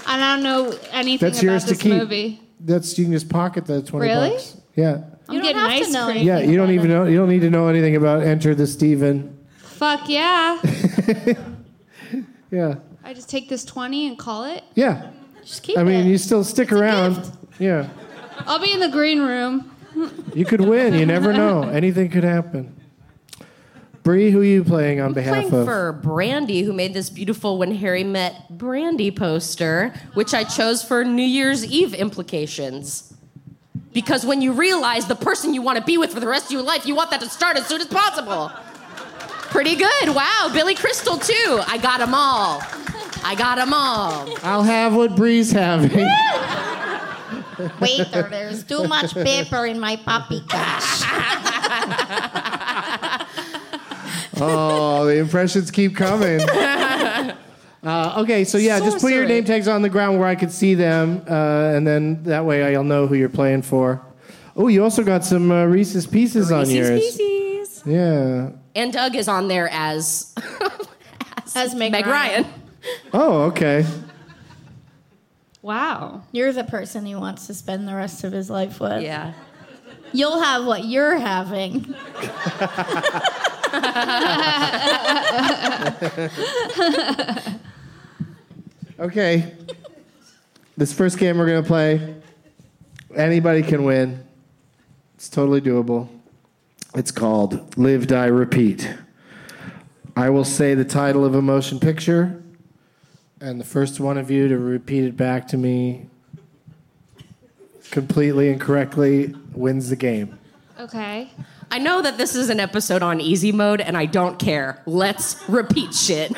I don't know anything
That's
about
yours to
this
keep.
movie.
That's you can just pocket the 20
Really?
bucks. Yeah.
I'm getting ice cream.
Yeah, you don't even know you don't need to know anything about Enter the Steven.
Fuck yeah.
Yeah.
I just take this 20 and call it.
Yeah.
Just keep
I
it.
mean, you still stick around. Yeah.
I'll be in the green room.
You could win. You never know. Anything could happen. Bree, who are you playing on behalf
playing
of?
for Brandy, who made this beautiful "When Harry Met Brandy" poster, which I chose for New Year's Eve implications. Because when you realize the person you want to be with for the rest of your life, you want that to start as soon as possible. Pretty good. Wow, Billy Crystal too. I got them all. I got them all.
I'll have what Bree's having.
Waiter, there's too much paper in my puppy cash.
oh, the impressions keep coming. Uh, okay, so yeah, just put your
Sorcery.
name tags on the ground where I could see them, uh, and then that way I'll know who you're playing for. Oh, you also got some uh, Reese's Pieces on
Reese's
yours.
Pieces.
Yeah.
And Doug is on there as as, Meg, Ryan.
Oh, okay.
Wow.
You're the person he wants to spend the rest of his life with.
Yeah.
You'll have what you're having.
Okay. This first game we're going to play, anybody can win. It's totally doable. It's called Live, Die, Repeat. I will say the title of a motion picture, and the first one of you to repeat it back to me completely and correctly wins the game.
Okay.
I know that this is an episode on easy mode, and I don't care. Let's repeat shit.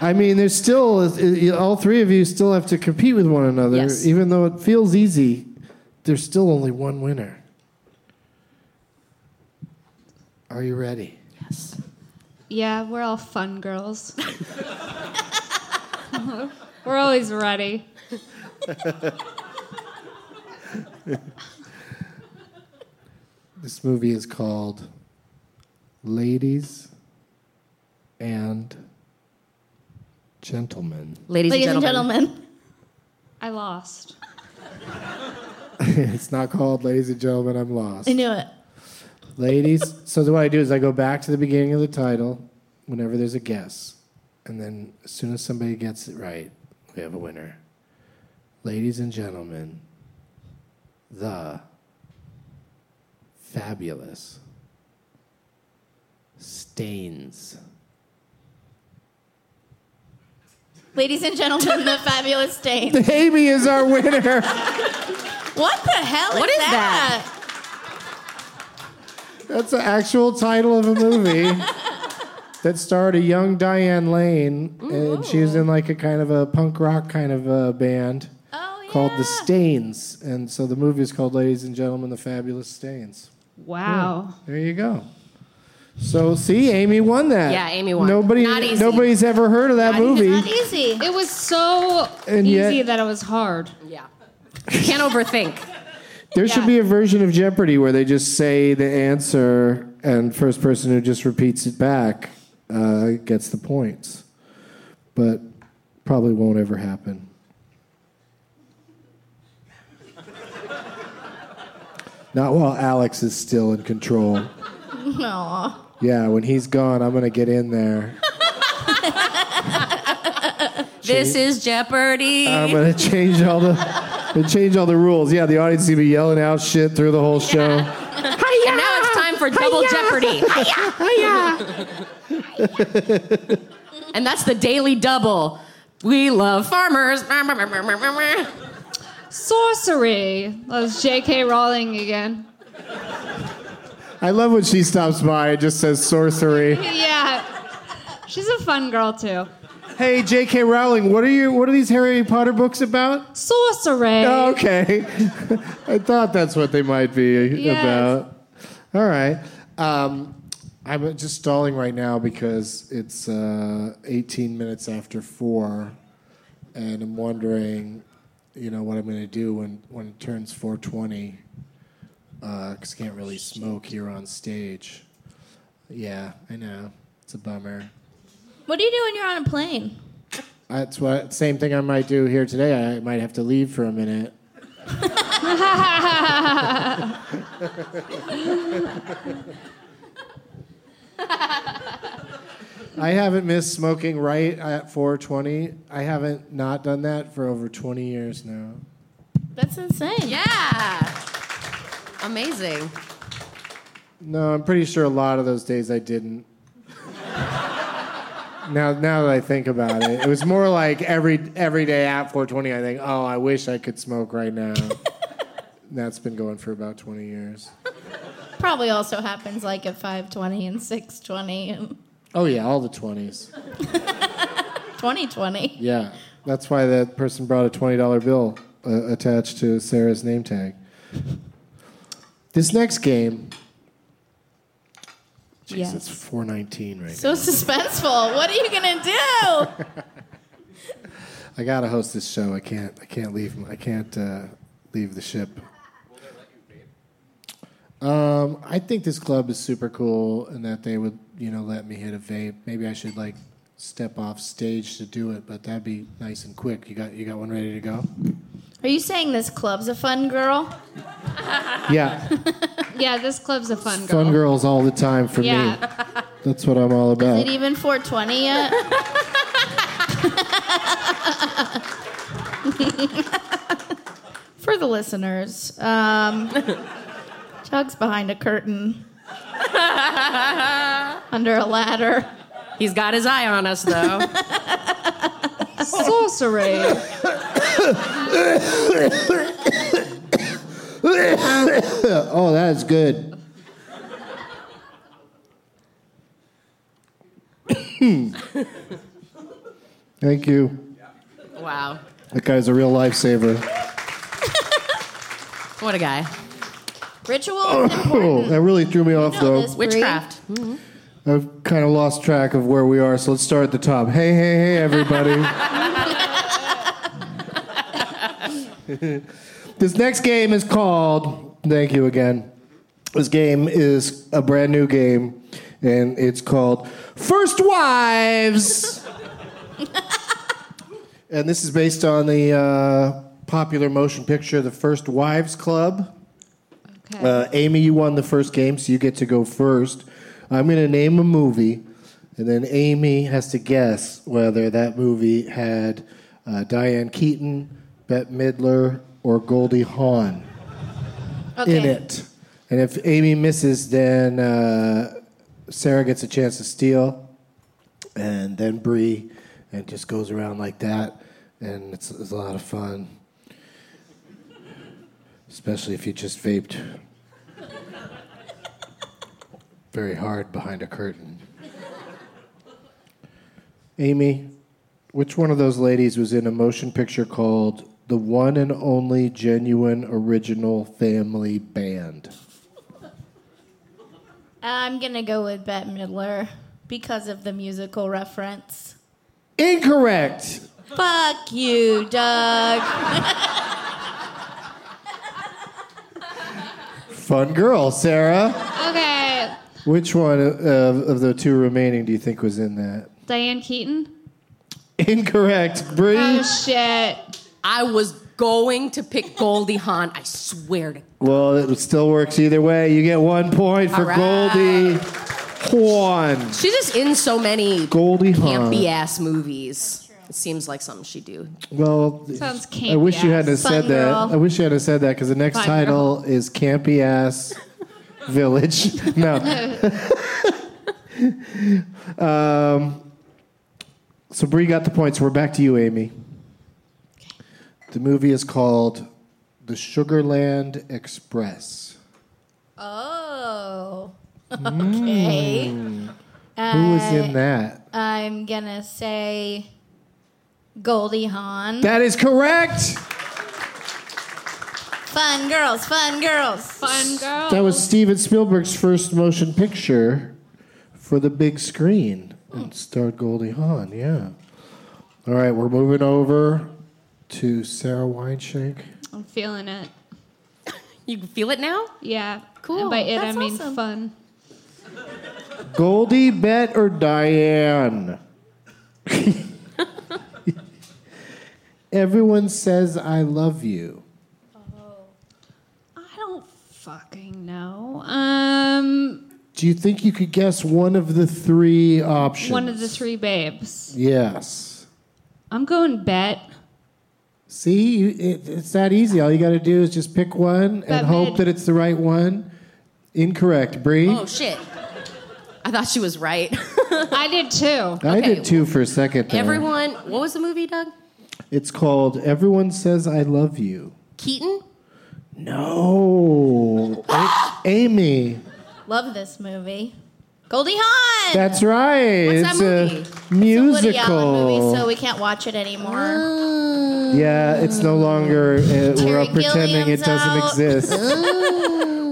I mean, there's still, all three of you still have to compete with one another.
Yes.
Even though it feels easy, there's still only one winner. Are you ready?
Yeah, we're all fun girls. we're always ready.
This movie is called Ladies and Gentlemen.
Ladies and gentlemen.
I lost.
it's not called Ladies and Gentlemen, I'm lost.
I knew it.
Ladies, so what I do is I go back to the beginning of the title whenever there's a guess. And then as soon as somebody gets it right, we have a winner. Ladies and gentlemen, the fabulous Stains.
Ladies and gentlemen, the fabulous Stains.
Amy is our winner.
What the hell is,
What is
that?
That's the actual title of a movie that starred a young Diane Lane,
Mm.
Oh.
and she was in like a kind of a punk rock kind of a band called The Stains, and so the movie is called Ladies and Gentlemen, The Fabulous Stains.
Wow.
Yeah, there you go. So see, Amy won that.
Yeah, Amy won.
Nobody,
Not easy.
nobody's ever heard of that movie.
easy. It was so
And yet-
easy that it was hard. Yeah. Can't overthink.
There should be a version of Jeopardy where they just say the answer, and first person who just repeats it back uh, gets the points. But probably won't ever happen. Not while Alex is still in control.
Aw.
Yeah, when he's gone, I'm gonna get in there.
This is Jeopardy.
I'm gonna change all the, I'm gonna change all the rules. Yeah, the audience is gonna be yelling out shit through the whole show.
And now it's time for double
Hi-ya!
jeopardy. and that's the daily double. We love farmers.
Sorcery. That was J.K. Rowling again.
I love when she stops by and just says sorcery.
yeah. She's a fun girl, too.
Hey, J.K. Rowling, what are you? What are these Harry Potter books about?
Sorcery.
Oh, okay, I thought that's what they might be
Yes.
about. All right, um, I'm just stalling right now because it's uh, 18 minutes after four, and I'm wondering, you know, what I'm going to do when when it turns 4:20, because I can't really smoke here on stage. Yeah, I know it's a bummer.
What do you do when you're on a plane?
That's what same thing I might do here today. I might have to leave for a minute. I haven't missed smoking right at 4:20. I haven't not done that for over 20 years now.
That's insane.
Yeah. Amazing.
No, I'm pretty sure a lot of those days I didn't. now, now that I think about it, it was more like every every day at 4:20. I think, oh, I wish I could smoke right now. That's been going for about 20 years.
Probably also happens like at 520 and 620 and
Oh yeah, all the 20s.
2020.
Yeah, that's why that person brought a twenty dollar bill uh, attached to Sarah's name tag. This next game, jeez,
Yes.
it's four nineteen right
So suspenseful. What are you going to do?
now. I gotta host this show. I can't. I can't leave. I can't uh, leave the ship. Um, I think this club is super cool, and that they would, you know, let me hit a vape. Maybe I should like step off stage to do it, but that'd be nice and quick. You got you got one ready to go.
Are you saying this club's a fun girl?
Yeah.
Yeah, this club's a fun girl.
Fun girls all the time for me.
Yeah.
That's what I'm all
Is
about.
it even 420 yet? For the listeners, um, Chug's behind a curtain under a ladder.
He's got his eye on us, though.
Sorcery.
oh, that is good. Thank you.
wow.
That guy's a real lifesaver.
What a guy.
Ritual.
Oh, that really threw me off, though.
Witchcraft.
I've kind of lost track of where we are, so let's start at the top. Hey, hey, hey, everybody. this next game is called. Thank you again. This game is a brand new game, and it's called First Wives. and this is based on the uh, popular motion picture, The First Wives Club. Uh, Amy, you won the first game, so you get to go first. I'm going to name a movie, and then Amy has to guess whether that movie had uh, Diane Keaton,
Bette Midler, or Goldie Hawn in
Okay.
it. And if Amy misses, then uh, Sarah gets a chance to steal, and then Bree, and it just goes around like that, and it's, it's a lot of fun. Especially if you just vaped very hard behind a curtain. Amy, which one of those ladies was in a motion picture called The One and Only Genuine Original Family Band?
I'm gonna go with Bette Midler because of the musical reference.
Incorrect!
Fuck you, Doug.
Fun girl, Sarah.
Okay,
Which one of, of the two remaining do you think was in that?
Diane Keaton.
Incorrect. Bree?
Oh shit!
I was going to pick Goldie Hawn. I swear to
Well, it still works either way. You get one point for
All right.
Goldie Hawn.
She's just in so many
Goldie Hawn.
campy ass movies. It seems like something she'd do.
Well,
Sounds
I wish you hadn't have
campy-ass.
said
Fun
that.
girl.
I wish you hadn't have said that because the next
Fun
title is Campy Ass Village. no. Um, so Bree got the points. We're back to you, Amy. The movie is called The Sugarland Express.
Oh.
Hmm.
Okay.
Who was
Uh,
in that?
I'm gonna say Goldie Hawn.
That is correct.
Fun girls, fun girls, fun girls.
That was Steven Spielberg's first motion picture for the big screen and starred Goldie Hawn, yeah. All right, we're moving over to Sarah Weinschenk.
I'm feeling it.
You feel it now?
Yeah.
Cool.
And by it,
That's
I mean
awesome.
fun.
Goldie, Bet, or Diane? Everyone says I love you.
I don't fucking know. Um,
Do you think you could guess one of the three options?
one of the three babes.
Yes.
I'm going bet.
See, you, it, it's that easy. All you got to do is just pick one and
That
hope
mid.
that it's the right one. Incorrect, Bree.
Oh shit! I thought she was right.
I did too.
I did two for a second there.
Everyone, what was the movie, Doug?
It's called Everyone Says I Love You.
Keaton.
No. A- Amy.
Love this movie. Goldie Hawn.
That's right.
What's that
it's
movie?
a musical.
Woody Allen movie, so we can't watch it anymore.
yeah, it's no longer. Uh, we're
Terry
all pretending
Gilliam's
it doesn't
out.
exist.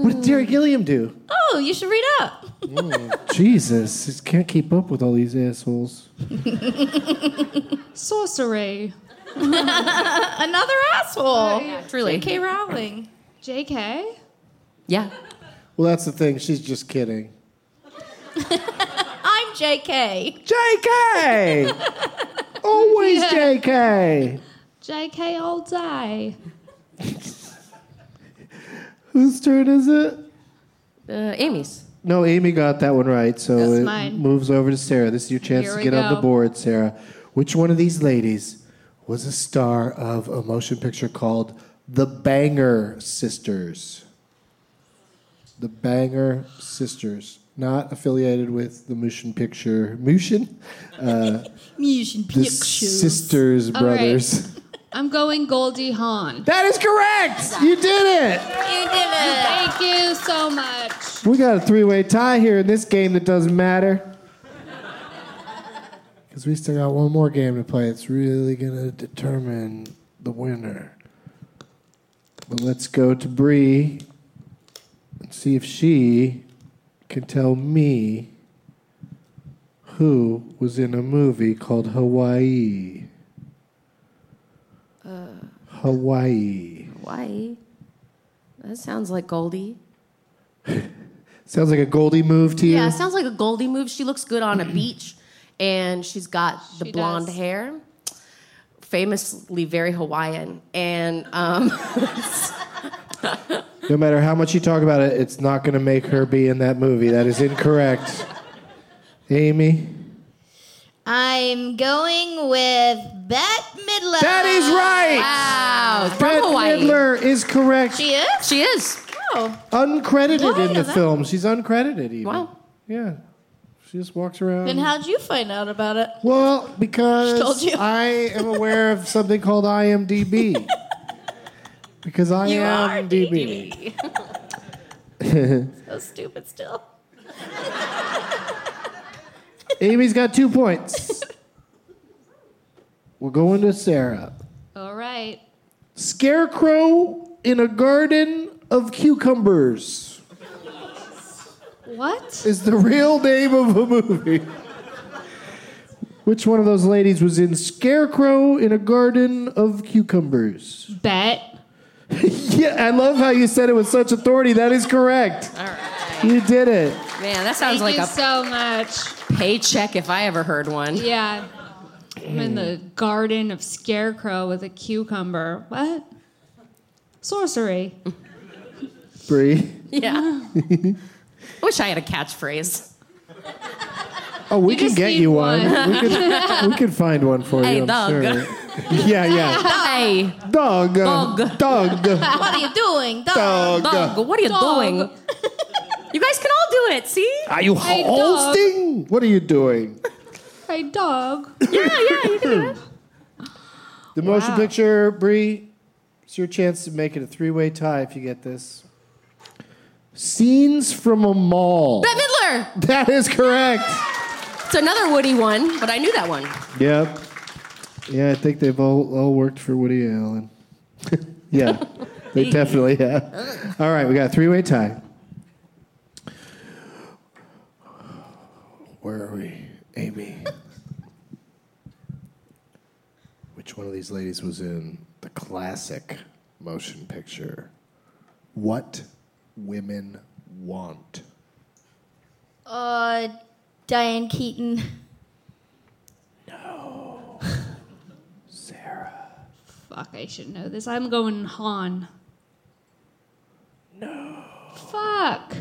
what did Terry Gilliam do? Mm,
oh, you should read up.
Jesus, just can't keep up with all these assholes.
Sorcery.
Another asshole. K. Rowling.
J.K.
Yeah.
Well, that's the thing. She's just kidding.
I'm J.K.
J.K. Always J.K.
J.K. all day.
Whose turn is it?
Uh, Amy's.
No, Amy got that one right, so
That's
it
mine.
moves over to Sarah. This is your chance
Here
to
we
get on the
go.
board, Sarah. Which one of these ladies was a star of a motion picture called The Banger Sisters? The Banger Sisters, not affiliated with the motion picture Motion, uh,
Motion
the Sisters
All right.
Brothers.
I'm going Goldie Hawn.
That is correct. You did it.
You did it. Thank you so much.
We got a three-way tie here in this game that doesn't matter. Because we still got one more game to play. It's really going to determine the winner. But let's go to Bree and see if she can tell me who was in a movie called Hawaii.
Uh,
Hawaii.
Hawaii. That sounds like Goldie.
Sounds like a Goldie move to you.
Yeah, it sounds like a Goldie move. She looks good on a beach, and she's got the blonde hair, famously very Hawaiian. And um,
No matter how much you talk about it, it's not going to make her be in that movie. That is incorrect. Amy,
I'm going with Bette Midler.
That is right.
Wow.
Bette Midler is correct.
She is? She is. Oh.
Uncredited
Well, I
in
know
the
that.
film. She's uncredited even.
Wow.
Yeah. She just walks around.
Then how'd you find out about it?
Well, because
She told you.
I am aware of something called IMDb. because I
You
am
are
DB.
so stupid still.
Amy's got two points. We're going to Sarah.
All right.
Scarecrow in a garden of cucumbers
What?
is the real name of a movie. Which one of those ladies was in Scarecrow in a Garden of Cucumbers?
Bet.
yeah, I love how you said it with such authority. That is correct. All right. You did it.
Man, that sounds like
Thank you
a
so much.
paycheck if I ever heard one. Mm.
Yeah. I'm in the garden of scarecrow with a cucumber. What? Sorcery.
Bree.
Yeah. I wish I had a catchphrase.
Oh, we
You
can
just
get
need
you one.
one.
we, could, we could find one for
Hey,
you. I'm
dog.
sure. yeah, yeah.
Hey.
Dog. Dog. Dog.
What are you doing? Dog.
Dog.
Dog, what are you doing? You guys can all do it, see?
Are you
Hey, dog.
hosting? What are you doing?
Hey, dog.
The motion picture, Bree, it's your chance to make it a three way tie if you get this. Scenes from a mall.
Bette Midler.
That is correct.
It's another Woody one, but I knew that one.
Yep. Yeah, I think they've all, all worked for Woody Allen. yeah, they definitely have. All right, we got a three way tie. Where are we, Amy? Which one of these ladies was in the classic motion picture? What women want.
Uh, Diane Keaton.
Fuck, I should know this. I'm going Han. No. Fuck.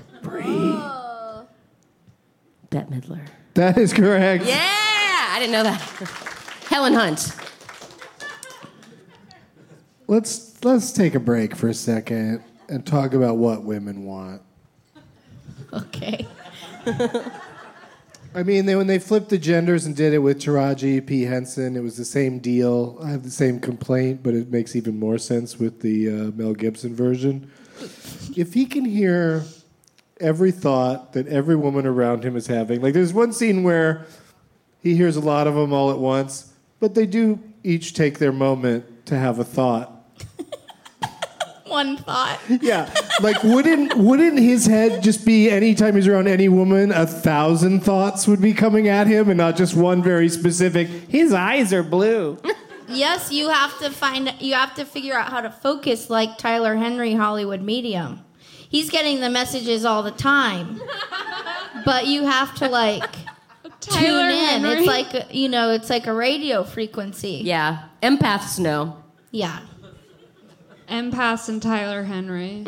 Bette Midler.
That is correct.
Yeah, I didn't know that. Helen Hunt.
Let's let's take a break for a second and talk about what women want.
Okay.
I mean, they, when they flipped the genders and did it with Taraji P. Henson, it was the same deal. I have the same complaint, but it makes even more sense with the uh, Mel Gibson version. If he can hear every thought that every woman around him is having, like there's one scene where he hears a lot of them all at once, but they do each take their moment to have a thought.
One thought.
Yeah, like wouldn't wouldn't his head just be anytime he's around any woman, a thousand thoughts would be coming at him, and not just one very specific. His eyes are blue.
Yes, you have to find you have to figure out how to focus like Tyler Henry Hollywood Medium. He's getting the messages all the time. But you have to like
Tyler
tune in.
Henry.
It's like you know, it's like a radio frequency.
Yeah. Empaths know.
Yeah.
Empaths and Tyler Henry.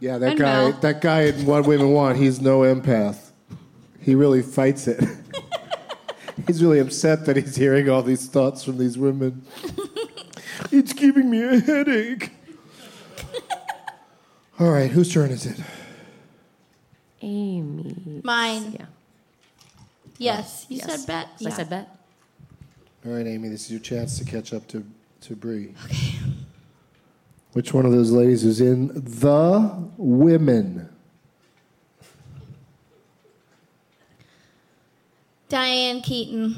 Yeah, that
And
guy.
Mel.
That guy in What Women Want. He's no empath. He really fights it. he's really upset that he's hearing all these thoughts from these women. it's giving me a headache. all right, whose turn is it?
Amy.
Mine.
Yeah.
Yes. You
Yes.
said bet.
I said bet.
All right, Amy, this is your chance to catch up to, to Bree. Okay. Which one of those ladies is in The Women?
Diane Keaton.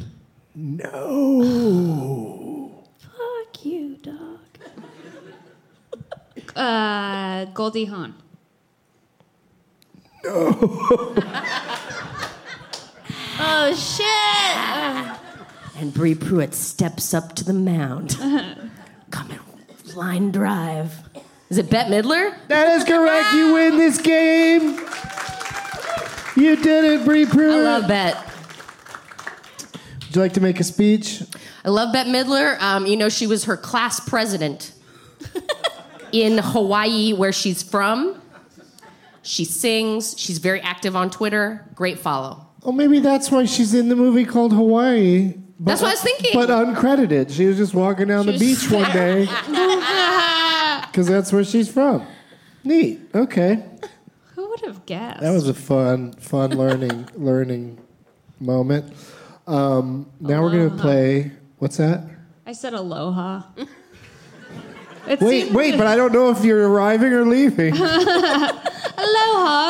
No.
Fuck you, dog. Uh, Goldie Hawn.
Oh shit.
And Bree Pruitt steps up to the mound. Line drive. Is it Bette Midler?
That is correct. You win this game. You did it, Bree Pruitt.
I love Bette.
Would you like to make a speech?
I love Bette Midler. Um, you know, she was her class president in Hawaii, where she's from. She sings. She's very active on Twitter. Great follow.
Oh, maybe that's why she's in the movie called Hawaii. but-
That's what I was thinking.
But uncredited. She was just walking down the beach one day because that's where she's from. Neat. Okay.
Who would have guessed?
That was a fun, fun learning learning moment. Um, now we're gonna play. What's that?
I said aloha. It
Wait,
seemed-
wait, but I don't know if you're arriving or leaving.
aloha.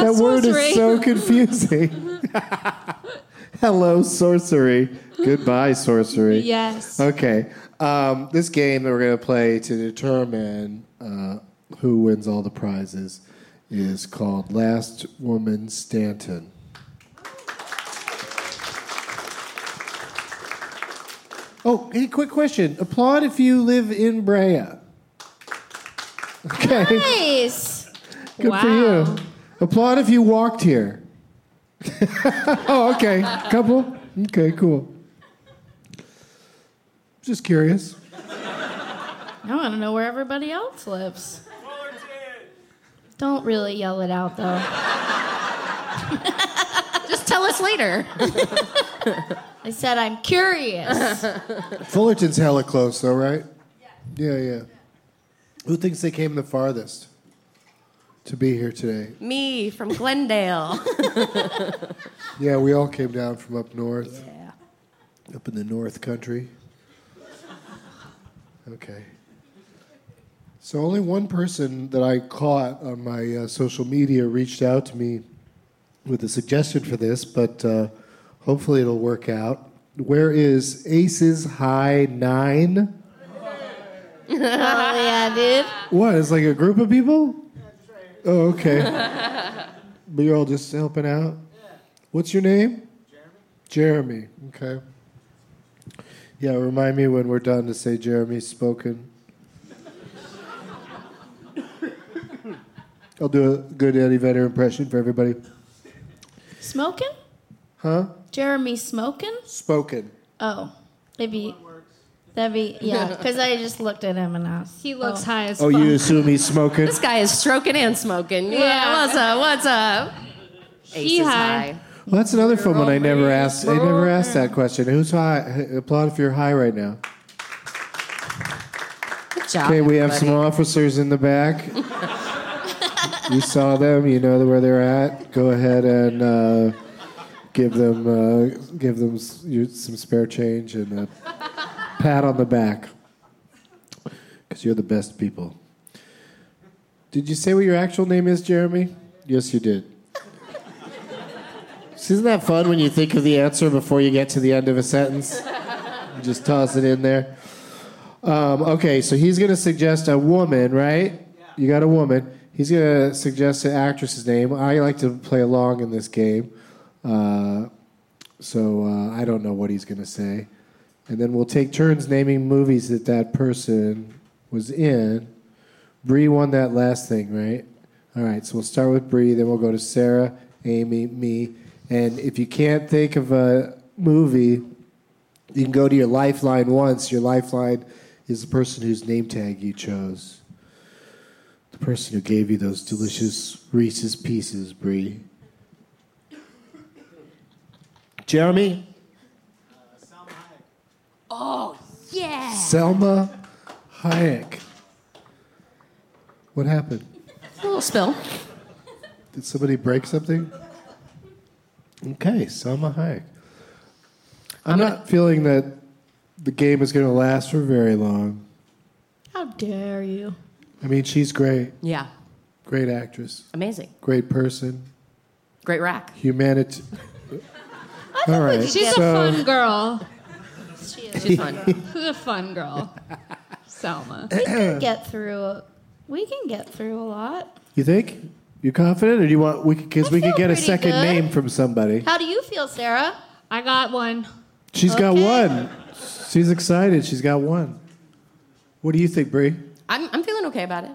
that word
sorcery.
is so confusing. Hello, sorcery. Goodbye, sorcery.
Yes.
Okay. Um, this game that we're going to play to determine uh, who wins all the prizes is called Last Woman Stanton. Oh, hey, quick question. Applaud if you live in Brea. Okay.
Nice.
Good for you. Applaud if you walked here. oh, okay. Couple? Okay, cool. Just curious.
I want to know where everybody else lives. Don't really yell it out though.
Just tell us later.
I said I'm curious.
Fullerton's hella close, though, right? Yeah. Yeah, Who thinks they came the farthest to be here today?
Me from Glendale.
Yeah, we all came down from up north. Yeah. Up in the north country. Okay. So only one person that I caught on my uh, social media reached out to me with a suggestion for this, but uh, hopefully it'll work out. Where is Aces High Nine?
oh yeah, dude.
What? It's like a group of people? Oh, okay. But you're all just helping out? What's your name? Jeremy. Jeremy, okay. Yeah, remind me when we're done to say Jeremy's spoken. I'll do a good Eddie Vedder impression for everybody.
Smoking?
Huh?
Jeremy smoking?
Spoken.
Oh, maybe. That'd be yeah. Because I just looked at him and I was.
He looks high as
Oh, you assume he's smoking?
this guy is stroking and smoking.
Yeah.
Yeah. What's up? What's up? Ace is high.
Well, that's another fun one I never asked. I never asked that question. Who's high? Applaud if you're high right now.
Good job.
Okay, we have some
everybody.
officers in the back. you saw them. You know where they're at. Go ahead and uh, give them uh, give them s- you- some spare change and a pat on the back because you're the best people. Did you say what your actual name is, Jeremy? Yes, you did. Isn't that fun when you think of the answer before you get to the end of a sentence? Just toss it in there. Um, okay, so he's going to suggest a woman, right? You got a woman. He's going to suggest an actress's name. I like to play along in this game. Uh, so uh, I don't know what he's going to say. And then we'll take turns naming movies that that person was in. Bree won that last thing, right? All right, so we'll start with Bree, then we'll go to Sarah, Amy, me. And if you can't think of a movie, you can go to your lifeline once. Your lifeline is the person whose name tag you chose. The person who gave you those delicious Reese's pieces, Bree. Jeremy?
Oh yeah.
Selma Hayek. What happened?
A little spill.
Did somebody break something? Okay, Selma Hayek. I'm not feeling that the game is going to last for very long.
How dare you?
I mean, she's great,
Yeah.
great actress,
Amazing.
great person,
Great rack.
humanity. All right,
She's
so
a fun girl. She
is. She's fun.
She's a fun girl. Selma.
We can get through. A, we can get through a lot.
you think you confident, or do you want? We because we
feel
could get a
pretty
second
good.
name from somebody.
How do you feel, Sarah?
I got one.
She's got one. She's excited. She's got one. What do you think, Bree?
I'm, I'm feeling okay about it.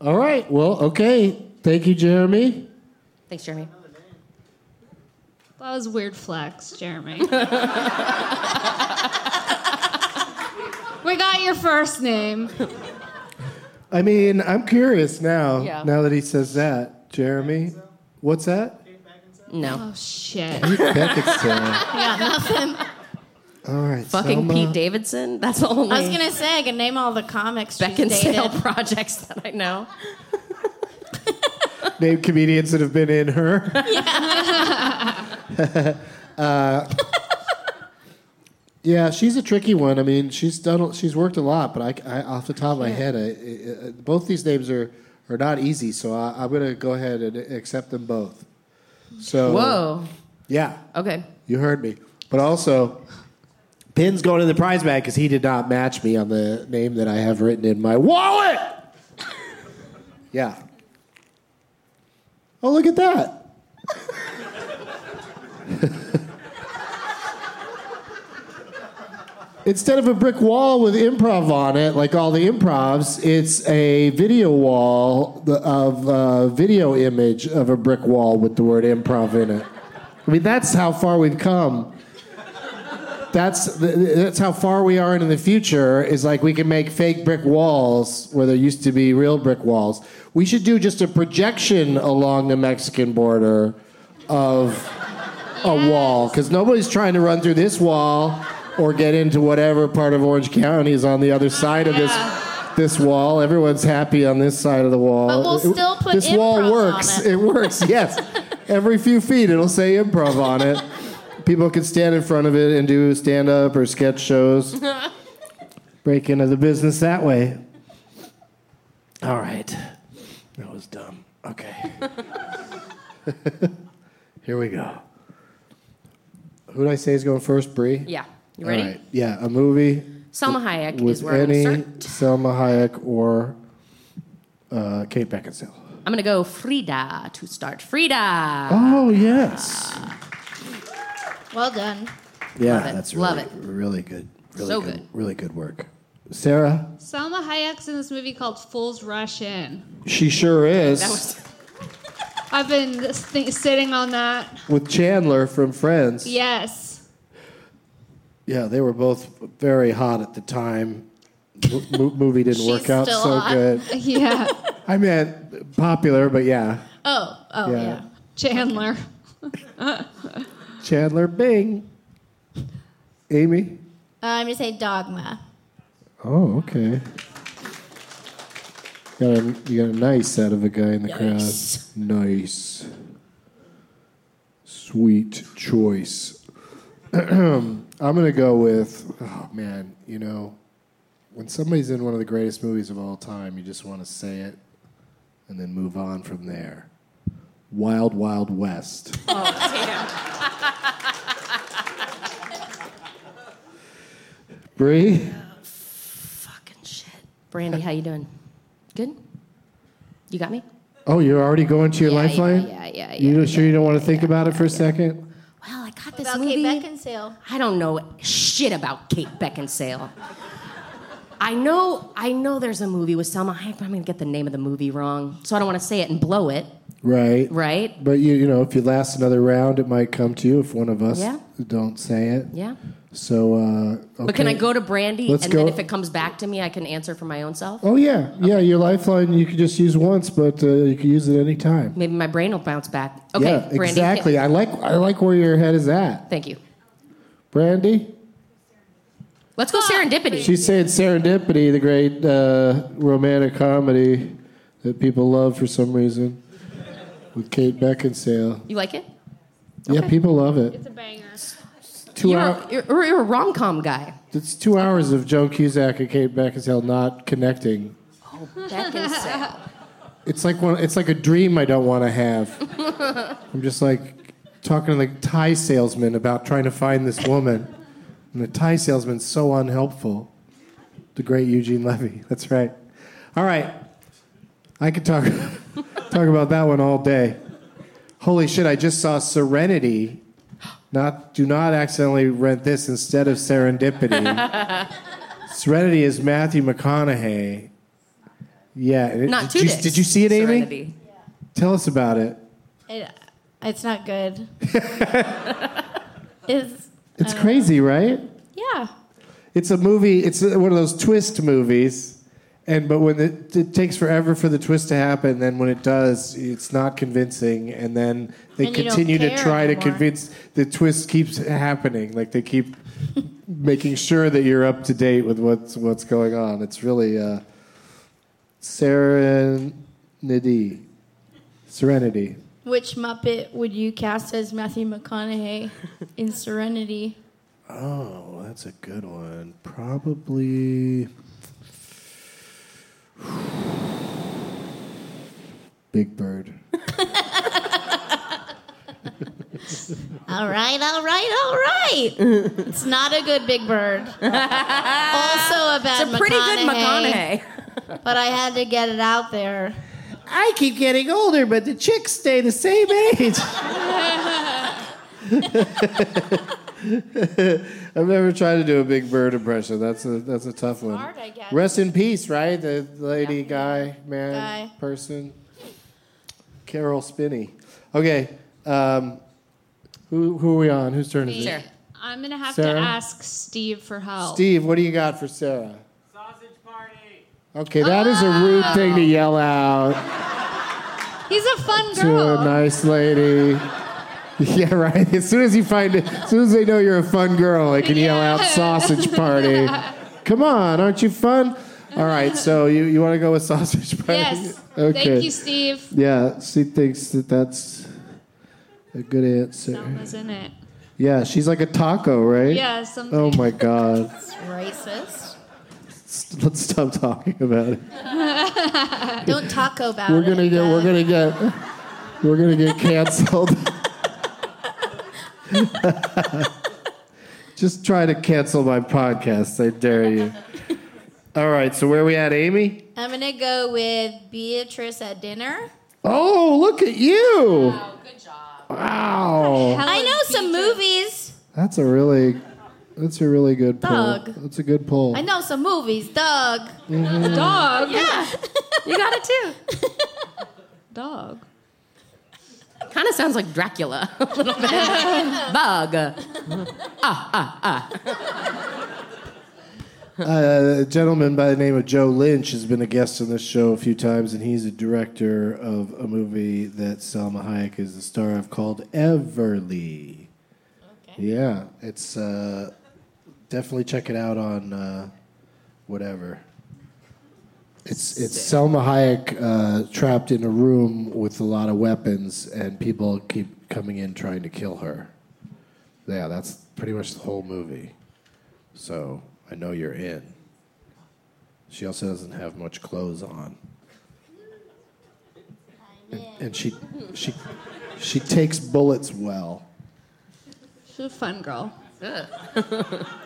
All right. Well, okay. Thank you, Jeremy.
Thanks, Jeremy.
That was weird flex, Jeremy. we got your first name.
I mean, I'm curious now.
Yeah.
Now that he says that, Jeremy, what's that?
No.
Oh shit.
You
bet it's, uh,
Yeah, nothing.
All right.
Fucking
Selma.
Pete Davidson. That's the only.
I was gonna say I could name all the comics. she's
Beckinsale
dated.
projects that I know.
Name comedians that have been in her. uh, yeah, she's a tricky one. I mean, she's done. She's worked a lot, but I, I off the top of my
Yeah.
head, I, I, both these names are are not easy. So I, I'm gonna go ahead and accept them both. So
Whoa.
yeah,
Oh, Okay.
you heard me. But also, Pin's going in the prize bag because he did not match me on the name that I have written in my wallet. yeah. Oh, look at that. Instead of a brick wall with improv on it, like all the improvs, it's a video wall of a video image of a brick wall with the word improv in it. I mean, that's how far we've come. That's th- th- that's how far we are into the future. Is like we can make fake brick walls where there used to be real brick walls. We should do just a projection along the Mexican border of a wall because nobody's trying to run through this wall or get into whatever part of Orange County is on the other side of this this wall. Everyone's happy on this side of the wall.
But we'll
It-
still put
this
improv on
wall works.
it.
it works. Yes, every few feet it'll say improv on it. People can stand in front of it and do stand up or sketch shows. Break into the business that way. All right. That was dumb. Okay. Here we go. Who did I say is going first? Brie?
Yeah. You
All
ready?
right. Yeah, a movie.
Selma Hayek
with
is where I'm
any
gonna
Selma Hayek or uh, Kate Beckinsale.
I'm gonna go Frida to start. Frida.
oh, yes.
Well done.
Yeah,
Love it.
that's really,
Love
really good. Really
So
good,
good.
Really good work. Sarah,
Selma Hayek's in this movie called Fools Rush In.
she sure is.
I've been th- sitting on that.
With Chandler from Friends.
Yes.
Yeah, they were both very hot at the time. Mo- mo- movie didn't work out so good.
Yeah.
I meant popular, but yeah.
Oh.
oh, Yeah. yeah.
Chandler.
Chandler Bing. Amy.
Uh, I'm gonna say Dogma.
Oh, okay. Got a, you got a nice out of a guy in the
Nice.
crowd. Nice. Sweet choice. I'm going to go with, oh man, you know, when somebody's in one of the greatest movies of all time, you just want to say it and then move on from there. Wild Wild West. Bree?
Brandy, how you doing? Good. You got me.
Oh, you're already going to your
Yeah, yeah,
lifeline?
yeah, yeah,
You sure you don't want to think about it for a second?
Well, Oh, I got this
About
movie.
Kate Beckinsale.
I don't know shit about Kate Beckinsale. I know, I know. There's a movie with Selma Hayek, but I'm gonna get the name of the movie wrong, so I don't want to say it and blow it.
Right.
Right?
But you, you know, if you last another round, it might come to you if one of us
Yeah.
don't say it.
Yeah.
So, uh,
But can I
okay.
go to Brandy,
Let's
and
go-
then if it comes back to me, I can answer for my own self?
Oh yeah, yeah. Your lifeline you could just use once, but uh, you can use it any time.
Maybe my brain will bounce back. Okay,
yeah,
Brandy.
exactly. I like I like where your head is at,
Thank you.
Brandy.
Let's go serendipity.
She's saying Serendipity, the great uh, romantic comedy that people love for some reason, with Kate Beckinsale.
you like it?
Yeah, people love it.
It's a banger.
Two
you're,
hour-
you're, you're a rom com guy.
It's two hours of Joan Cusack and Kate Beckinsale not connecting.
Oh, Beckinsale.
It's like one, it's like a dream I don't want to have. I'm just like talking to the tie salesman about trying to find this woman, and the tie salesman's so unhelpful. The great Eugene Levy. That's right. All right, I could talk talk about that one all day. Holy shit! I just saw Serenity. Not do not accidentally rent this instead of Serendipity. Serenity is Matthew McConaughey. Yeah. it-
Not
did
two
you,
dicks,
did you see it, Amy?
Serenity.
Tell us about it.
It, it's not good. it's
Oh.
It's crazy, right?
yeah.
It's a movie. It's one of those twist movies, And but when it, it takes forever for the twist to happen, then when it does, it's not convincing, and then they
And you don't
continue to
care
try to
anymore.
convince. The twist keeps happening, like they keep making sure that you're up to date with what's what's going on. It's really uh, serenity, serenity.
Which Muppet would you cast as Matthew McConaughey in Serenity?
Oh, that's a good one. Probably Big Bird.
All right, all right, all right. It's not a good Big Bird. also a bad.
It's a pretty good
But I had to get it out there.
I keep getting older, but the chicks stay the same age.
I've never tried to do a Big Bird impression. That's a that's a tough one.
Hard, I guess.
Rest in peace, right? The lady, guy, man,
Guy.
person. Carol Spinney. Okay. Um, who who are we on? Whose turn is it?
I'm gonna have
Sarah?
to ask Steve for help.
Steve, what do you got for Sarah? Sausage party. Okay, that is
Oh.
a rude thing to yell out
He's a fun
to
girl.
a nice lady. Yeah, right. As soon as you find it, as soon as they know you're a fun girl, they can yell out sausage party. Come on, aren't you fun? All right, so you, you want to go with sausage party?
Yes.
Okay.
Thank you, Steve.
Yeah, she thinks that that's a good answer.
Selma's in it.
Yeah, she's like a taco, right?
Yeah, something.
Oh my God.
Racist.
Let's stop talking about it.
Don't taco about
we're
it. uh.
gonna get we're gonna get we're gonna get canceled. Just try to cancel my podcast, I dare you. All right, so where are we at, Amy?
I'm gonna go with Beatrice at dinner.
Oh, look at you! Wow, good job. Wow,
I know some movies.
that's a really that's a really good pull.
Doug.
That's a good pull.
I know some movies. Doug.
Mhm.
Dog.
Yeah.
You got it too.
Dog.
Kind of sounds like Dracula a little bit. Bug. Ah, ah, ah.
Uh, a gentleman by the name of Joe Lynch has been a guest on this show a few times, and he's a director of a movie that Salma Hayek is the star of called Everly. Yeah, it's uh, definitely check it out on uh, whatever. It's it's Selma Hayek uh, trapped in a room with a lot of weapons, and people keep coming in trying to kill her. Yeah, that's pretty much the whole movie. So I know you're in. She also doesn't have much clothes on. And, and she she she takes bullets well.
She's a fun girl.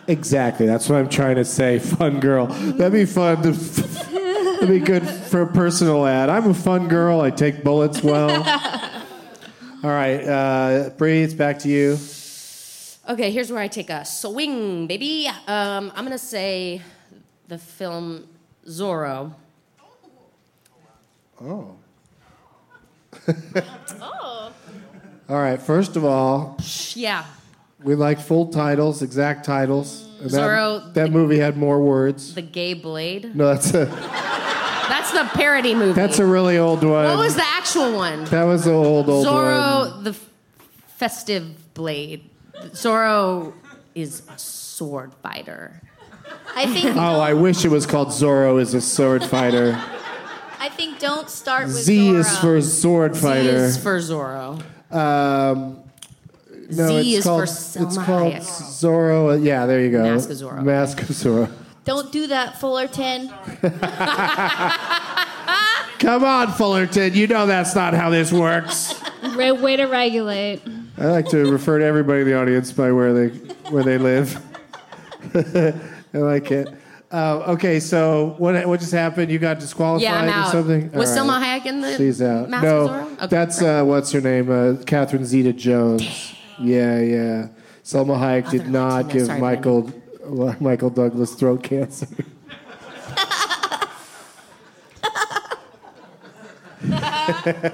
Exactly. That's what I'm trying to say. Fun girl. That'd be fun. To, that'd be good for a personal ad. I'm a fun girl. I take bullets well. All right, uh, Bree, it's back to you.
Okay, here's where I take a swing, baby. Um, I'm gonna say the film Zorro.
Oh.
Oh.
All right. First of all,
Yeah.
we like full titles, exact titles. And that,
Zorro,
That movie had more words.
The Gay Blade.
No, that's a
That's the parody movie.
that's a really old one.
What was the actual one?
That was the old old one.
Zorro the f- Festive Blade. Zorro is a sword fighter.
I think.
Oh, I wish it was called Zorro is a sword fighter.
I think don't start with
Z is for sword fighter.
Z is for Zorro.
Um, no,
Z
it's
is for
called,
Selma
It's called
Hayek.
Zorro. Yeah, there you go.
Mask of Zorro.
Mask of Zorro.
Don't do that, Fullerton.
Come on, Fullerton. You know that's not how this works.
Re- way to regulate.
I like to refer to everybody in the audience by where they where they live. I like it. Uh, okay, so what what just happened? You got disqualified
Yeah, I'm
or
out.
something?
Was
All
Selma Hayek in the
She's out.
uh, Mask
no,
of Zorro? Okay,
that's uh, what's her name? Uh, Catherine Zeta Jones. Yeah, yeah. Selma Hayek did not give
Sorry,
Michael Michael Douglas throat cancer.
I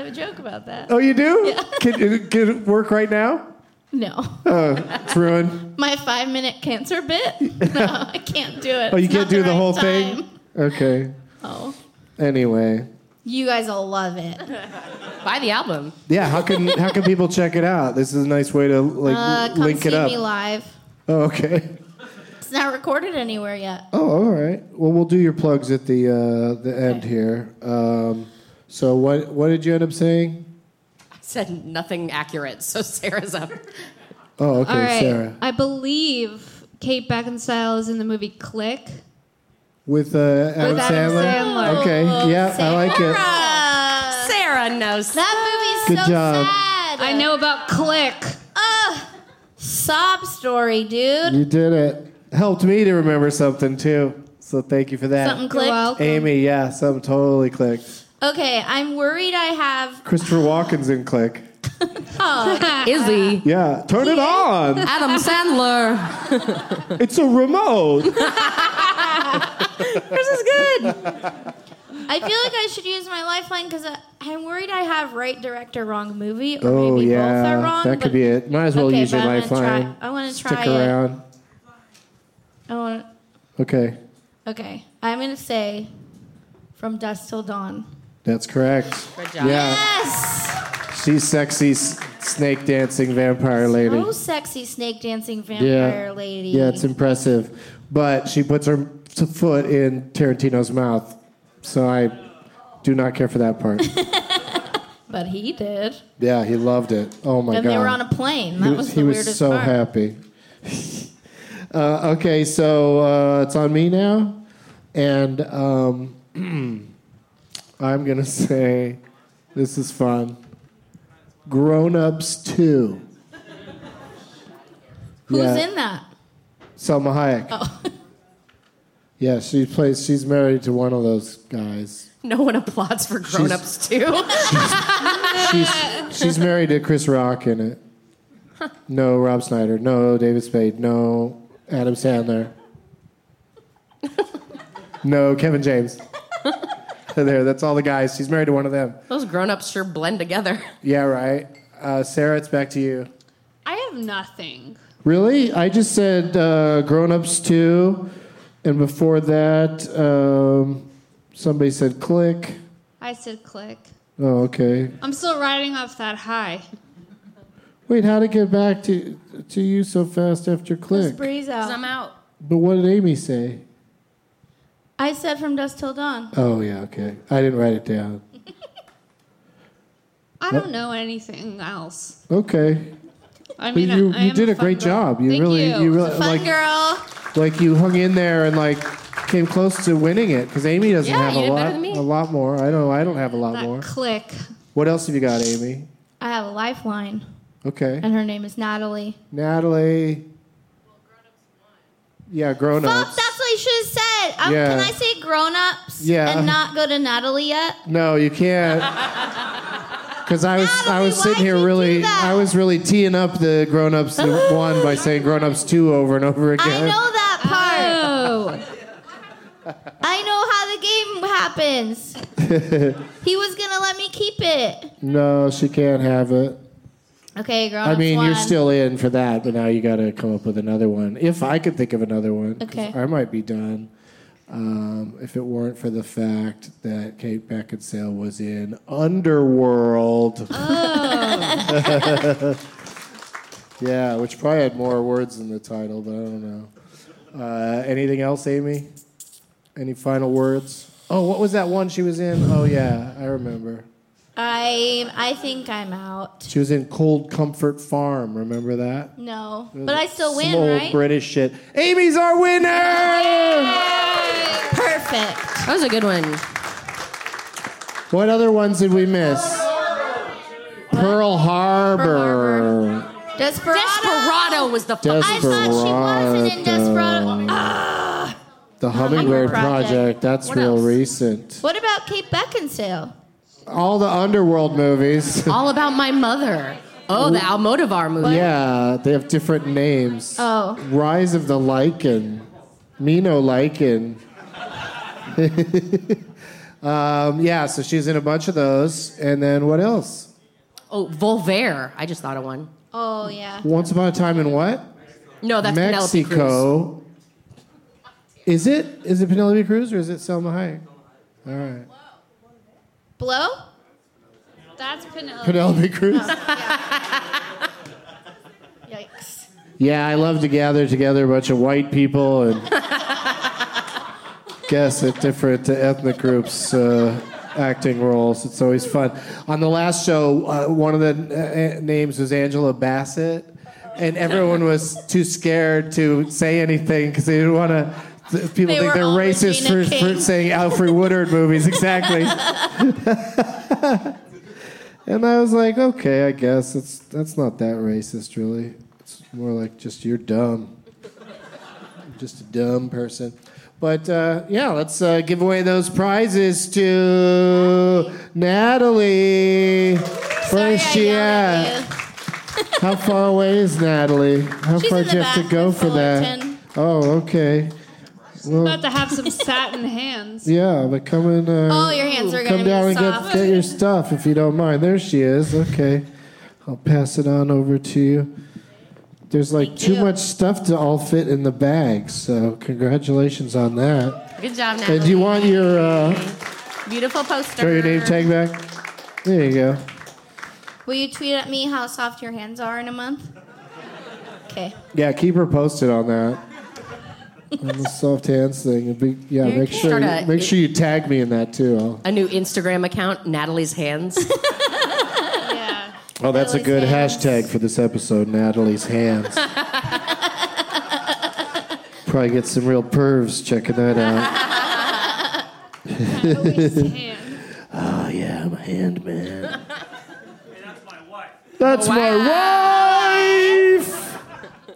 have a joke about that.
oh, you do? Can, can it work right now?
No.
Oh, it's ruined.
My five minute cancer bit? No, I can't do it.
oh, you
It's
can't
not
do the
right
whole
time.
thing. Okay.
Oh.
Anyway,
You guys will love it. Buy the album.
yeah. How can how can people check it out? This is a nice way to like
uh, come
link
see
it up.
me live.
Oh, okay.
It's not recorded anywhere yet.
Oh, all right. Well, we'll do your plugs at the uh, the end here. Um, so what what did you end up saying?
I said nothing accurate, so Sarah's up.
Oh, okay,
All right.
Sarah.
I believe Kate Beckinsale is in the movie Click.
With uh, Adam,
With Adam Sandler.
Okay, yeah, I like it.
Sarah knows
that
Good job.
I know about Click. Uh, sob story, dude.
You did it. Helped me to remember something too. So thank you for that.
Something clicked? You're welcome.
Amy, yeah, something totally clicked.
Okay, I'm worried I have.
Christopher Walken's in click.
Oh.
Izzy.
Yeah, turn it on.
Adam Sandler.
It's a remote.
This is good. I feel like I should use my lifeline because I'm worried I have right director, wrong movie, or
Oh
maybe both
yeah,
are wrong.
that
but
could be it. Might as well
Okay,
use your
but I'm gonna try-
lifeline.
I wanna
Stick
try it.
around.
I want.
Okay,
Okay, I'm gonna say, from dusk till dawn.
that's correct.
Good job.
Yeah,
Yes.
she's sexy s- snake dancing vampire lady.
Oh, sexy snake dancing vampire lady.
Yeah, it's impressive. But she puts her t- foot in Tarantino's mouth. So I do not care for that part.
but he did.
yeah, he loved it. Oh my
and
god.
they were on a plane.
he
That
was,
was the
he was
weirdest
so
part.
happy. uh, okay, so uh, it's on me now. And um, I'm going to say this is fun. Grown Ups 2.
Who's
Yeah.
in that?
Selma Hayek.
Oh.
Yeah, she plays. She's married to one of those guys.
No one applauds for
She's-
grown-ups too.
She's she's married to Chris Rock in it. No Rob Snyder. No David Spade. No Adam Sandler. No Kevin James. there, that's all the guys. She's married to one of them.
Those grown-ups sure blend together.
Yeah, right. Uh, Sarah, it's back to you.
I have nothing.
Really? I just said uh, Grown Ups 2, and before that, um, somebody said Click.
I said Click.
Oh, okay.
I'm still riding off that high.
Wait, how to get back to to you so fast after click?
Breeze out.
I'm out.
But what did Amy say?
I said from dusk till dawn.
Oh yeah, okay. I didn't write it down.
I
What?
don't know anything else.
Okay.
I
But
mean,
you
I, I
you
am
did a,
fun
great
girl.
job. You
Thank
really
you.
you really like
girl.
like you hung in there and like came close to winning it because Amy doesn't
Yeah,
have
you
a
did better
lot
than me.
a lot more. I don't I don't have a lot more.
Click.
What else have you got, Amy?
I have a lifeline,
Okay.
and her name is Natalie.
Natalie. Yeah, grown
Fuck,
ups.
that's what you should have said. Um,
Yeah.
Can I say grown ups
Yeah.
and not go to Natalie yet?
No, you can't. Because I was I was sitting here really I was really teeing up the grown ups one by saying grown ups two over and over again.
I know that
Oh.
part. I know how the game happens. He was gonna let me keep it.
no, she can't have it.
Okay, grown
I
ups.
mean,
one.
you're still in for that, but now you got to come up with another one. If I could think of another one, 'cause
Okay.
I might be done. Um, if it weren't for the fact that Kate Beckinsale was in Underworld.
Oh.
yeah, which probably had more words in the title, but I don't know. Uh, anything else, Amy? Any final words? Oh, what was that one she was in? Oh, yeah, I remember.
I I think I'm out.
She was in Cold Comfort Farm. Remember that?
No,
Mm,
but I still win,
Some old
right?
British shit. Amy's our winner.
Perfect.
That was a good one.
What other ones did we miss? Pearl Harbor.
Desperado.
Desperado was the.
Desperado. I thought she wasn't in Desperado. The Hummingbird
Hummingbird Project.
Project. That's
What
real
else?
recent.
What about Kate Beckinsale?
All the underworld movies.
All about my mother. Oh, the Almodovar movie.
yeah, they have different names.
Oh.
Rise of the Lichen. Mino Lichen. um, yeah, so she's in a bunch of those. And then what else?
Oh, Volvaire. I just thought of one. Oh yeah.
Once upon a time in what?
No, Oh, that's Penelope Cruz.
Mexico. Is it? Is it Penelope Cruz or is it Selma Hayek? All right.
Blow?
That's Penelope.
Penelope Cruz?
Oh, Yikes.
Yeah, I love to gather together a bunch of white people and guess at different ethnic groups. Uh, Acting roles. It's always fun. On the last show, uh, one of the uh, names was Angela Bassett, and everyone was too scared to say anything because they didn't want to. People
They
think
were
they're
all
racist for,
Regina
for
King.
saying Alfred Woodard movies. Exactly. And I was like, okay, I guess it's that's not that racist, really. It's more like just you're dumb, just a dumb person. But uh, yeah, let's uh, give away those prizes to Natalie. Where's she at? How far away is Natalie? How
She's
far
in
do you
the
have to
back
go
with
for that?
Fullerton.
Oh, okay.
I'm
Well,
about to have some satin hands.
yeah, but come and uh,
Oh, your hands are gonna
come
be
down and
soft.
get, get your stuff if you don't mind. There she is. Okay, I'll pass it on over to you. There's like too much stuff to all fit in the bag, so congratulations on that.
Good job,
And do you want your uh,
Beautiful poster.
throw your name tag back? There you go.
Will you tweet at me how soft your hands are in a month? Okay.
Yeah, keep her posted on that. on the soft hands thing. It'd Be, yeah,
You
make
can
sure
start
you,
a-
make sure you tag me in that too. I'll,
A new Instagram account, Natalie's Hands.
oh, that's a good hashtag for this episode, Natalie's hands. Probably get some real pervs checking that out. oh yeah, I'm a hand man. That's my wife.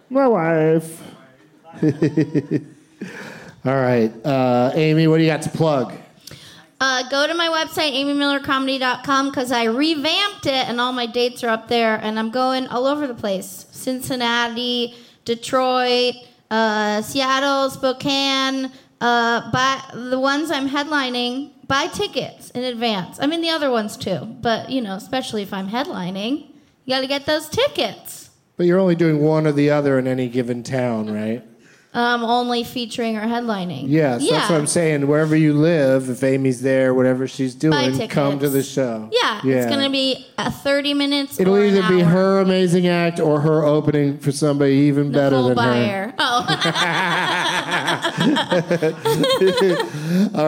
My wife. All right, uh, Amy, what do you got to plug?
Uh, go to my website, amymillercomedy.com, because I revamped it and all my dates are up there. And I'm going all over the place Cincinnati, Detroit, uh, Seattle, Spokane. Uh, buy, the ones I'm headlining, buy tickets in advance. I mean, the other ones too, but you know, especially if I'm headlining, you got to get those tickets.
But you're only doing one or the other in any given town, right?
Um, only featuring or headlining.
Yes,
yeah.
that's what I'm saying. Wherever you live, if Amy's there, whatever she's
Buy
doing, come to the
tickets.
show.
Yeah, it's gonna be uh, 30 minutes.
It'll
or an
either be
hour.
her amazing act or her opening for somebody even better than
buyer.
her. All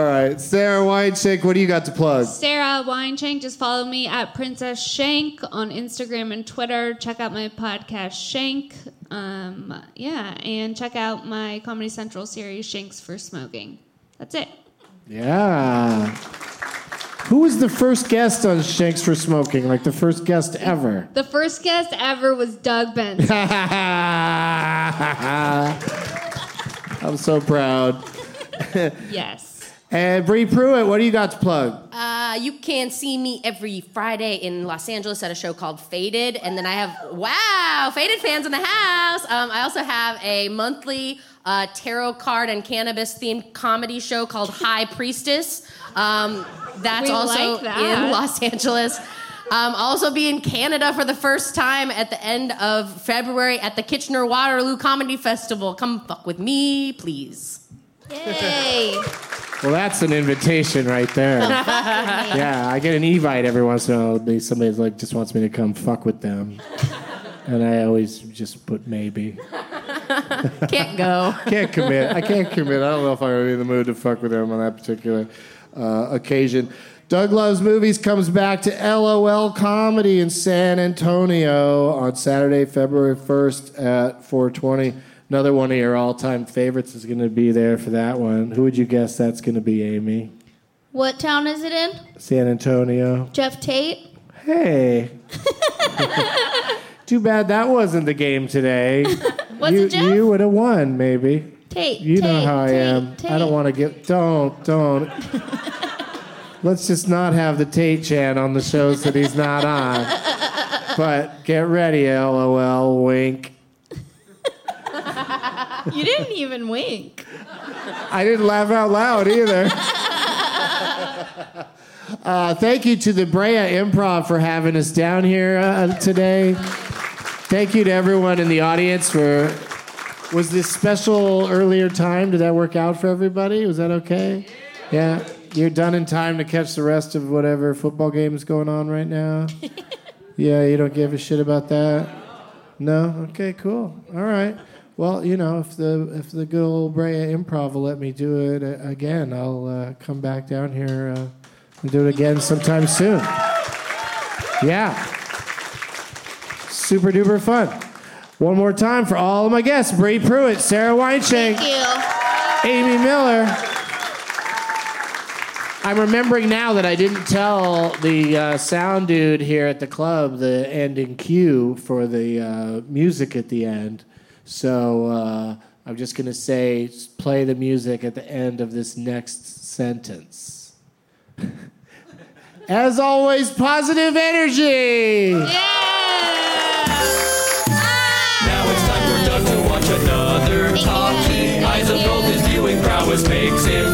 right, Sarah Weinchick, what do you got to plug?
Sarah Wineshank. Just follow me at Princess Shank on Instagram and Twitter. Check out my podcast, Shank. Um, yeah, and check out my Comedy Central series, Shanks for Smoking. That's it.
Yeah. Who was the first guest on Shanks for Smoking? Like the first guest ever.
The first guest ever was Doug Benson.
I'm so proud.
yes.
and Bree Pruitt, what do you got to plug?
Uh, you can see me every Friday in Los Angeles at a show called Faded, and then I have wow, Faded fans in the house. Um, I also have a monthly uh, tarot card and cannabis themed comedy show called High Priestess. Um, that's
We
also
like that.
in Los Angeles. Um, I'll also be in Canada for the first time at the end of February at the Kitchener Waterloo Comedy Festival. Come fuck with me, please.
Yay!
Well, that's an invitation right there. yeah, I get an evite every once in a while. They- Somebody like just wants me to come fuck with them, and I always just put maybe.
Can't go.
can't commit. I can't commit. I don't know if I'm gonna be in the mood to fuck with them on that particular uh, occasion. Doug Loves Movies comes back to LOL Comedy in San Antonio on Saturday, February 1st at 420. Another one of your all-time favorites is going to be there for that one. Who would you guess that's going to be, Amy?
What town is it in?
San Antonio.
Jeff Tate.
Hey. Too bad that wasn't the game today.
Was
you,
it Jeff?
You would have won, maybe.
Tate.
You know
Tate,
how I
Tate,
am. I
Tate.
don't want to get. Don't, don't. Let's just not have the Tate Chan on the shows that he's not on. but get ready, lol, wink.
You didn't even wink.
I didn't laugh out loud either. Uh, thank you to the Brea Improv for having us down here uh, today. Thank you to everyone in the audience for. Was this special earlier time? Did that work out for everybody? Was that okay? Yeah. You're done in time to catch the rest of whatever football game is going on right now. yeah, you don't give a shit about that. No. Okay. Cool. All right. Well, you know, if the if the good old Brea Improv will let me do it uh, again, I'll uh, come back down here uh, and do it again sometime soon. Yeah. Super duper fun. One more time for all of my guests: Bree Pruitt, Sarah Weinshank, Amy Miller. I'm remembering now that I didn't tell the uh, sound dude here at the club the ending cue for the uh, music at the end. So uh, I'm just going to say, s- play the music at the end of this next sentence. As always, positive energy.
Now it's time for Doug to watch another talkie. Eyes of gold, his viewing prowess makes him